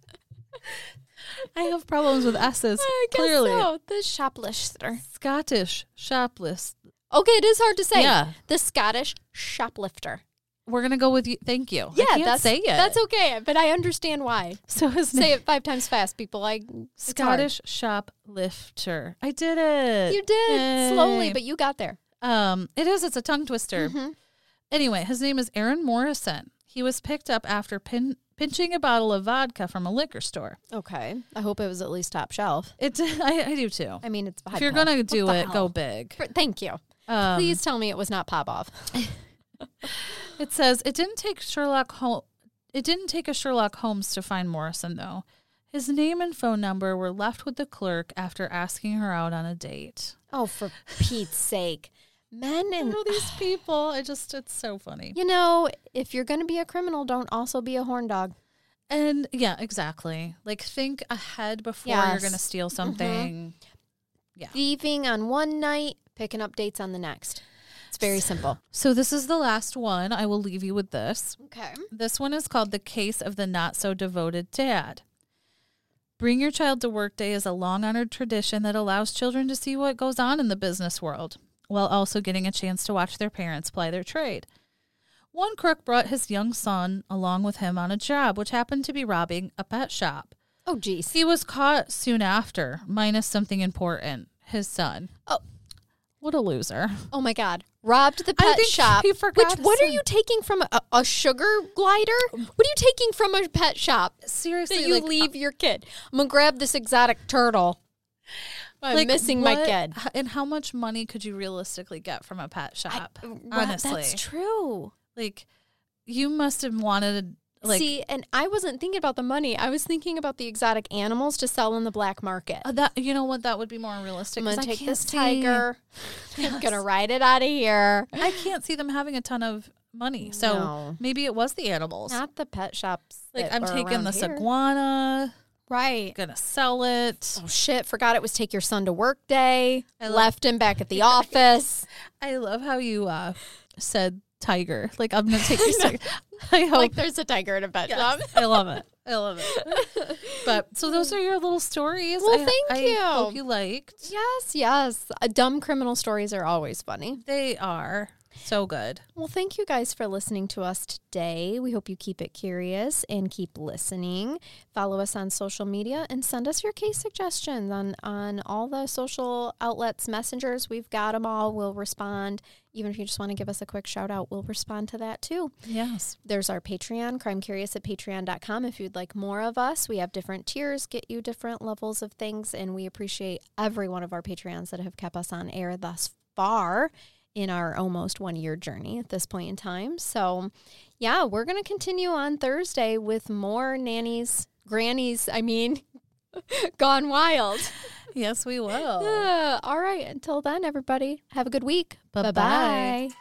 A: I have problems with S's.
B: I guess
A: clearly.
B: so. The shoplifter.
A: Scottish shoplift.
B: Okay, it is hard to say.
A: Yeah.
B: The Scottish shoplifter.
A: We're going to go with you. Thank you.
B: Yeah,
A: I can't
B: that's,
A: say it.
B: that's okay, but I understand why.
A: so his name
B: Say it five times fast, people. I it's hard.
A: Scottish shoplifter. I did it.
B: You did slowly,
A: Yay.
B: but Mm-hmm. you got there.
A: Um, it is. It's a tongue twister. Anyway, his name is Aaron Morrison. He was picked up after pin- pinching a bottle of vodka from a liquor store.
B: Okay. I hope it was at least top shelf.
A: It. I, I do too.
B: I mean, it's behind
A: If you're gonna do it, go big.
B: Thank you.
A: Um,
B: Please tell me it was not Popov.
A: It says it didn't take Sherlock Hol- it didn't take a Sherlock Holmes to find Morrison though. His name and phone number were left with the clerk after asking her out on a date.
B: Oh, for Pete's sake. Men and
A: Oh, these people, I just it's so funny.
B: you know, if you're going to be a criminal, don't also be a horn dog.
A: And yeah, exactly. Like think ahead before you're
B: Yes.
A: going to steal something.
B: Thieving on one night, picking up dates on the next. It's very simple.
A: So this is the last one. I will leave you with this.
B: Okay.
A: This one is called The Case of the Not So Devoted Dad. Bring your child to work day is a long honored tradition that allows children to see what goes on in the business world while also getting a chance to watch their parents ply their trade. One crook brought his young son along with him on a job, which happened to be robbing a pet shop.
B: Oh, geez.
A: He was caught soon after, minus something important his son.
B: Oh.
A: What a loser.
B: Oh my God! Robbed the
A: I
B: pet
A: think
B: shop.
A: he forgot
B: Which
A: his
B: what are
A: son.
B: you taking from a, a sugar glider? What are you taking from a pet shop
A: Seriously,
B: that you leave
A: uh,
B: your kid? I'm gonna grab this exotic turtle. I'm missing my
A: what-
B: kid. uh,
A: h- And how much money could you realistically get from a pet shop?
B: Wow,
A: honestly,
B: that's true.
A: Like, you must have wanted like
B: See, and I wasn't thinking about the money. I was thinking about the exotic animals to sell in the black market.
A: uh, that. You know what? That would be more realistic.
B: Oh, I'm
A: 'cause
B: gonna
A: I
B: take
A: can't
B: this
A: see-
B: tiger. I'm gonna ride it out of here.
A: I can't see them having a ton of money. So
B: No.
A: maybe it was the animals.
B: Not the pet shops.
A: like
B: that
A: I'm
B: are
A: taking
B: around
A: this
B: here.
A: iguana,
B: Right.
A: gonna sell it.
B: Oh shit! Forgot it was take your son to work day.
A: I love-
B: Left him back at the office.
A: I love how you uh, said tiger. Like I'm gonna take this tiger. I hope.
B: Like there's a tiger in a pet shop.
A: I love it. I love it. But so those are your little stories.
B: Well,
A: I-
B: thank
A: I
B: you.
A: Hope you liked.
B: Yes, yes. Uh, dumb criminal stories are always funny.
A: They are so good.
B: Well, thank you guys for listening to us today. We hope you keep it curious and keep listening. Follow us on social media and send us your case suggestions on, on all the social outlets, messengers. We've got them all. We'll respond. Even if you just want to give us a quick shout out, we'll respond to that too.
A: Yes.
B: There's our Patreon, Crime Curious at patreon.com. If you'd like more of us, we have different tiers, get you different levels of things, and we appreciate every one of our Patreons that have kept us on air thus far in our almost one year journey at this point in time. So, yeah, we're going to continue on Thursday with more nannies, grannies, I mean, gone wild.
A: Yes, we will.
B: Uh, all right, until then, everybody, have a good week.
A: Bye-bye.
B: Bye-bye.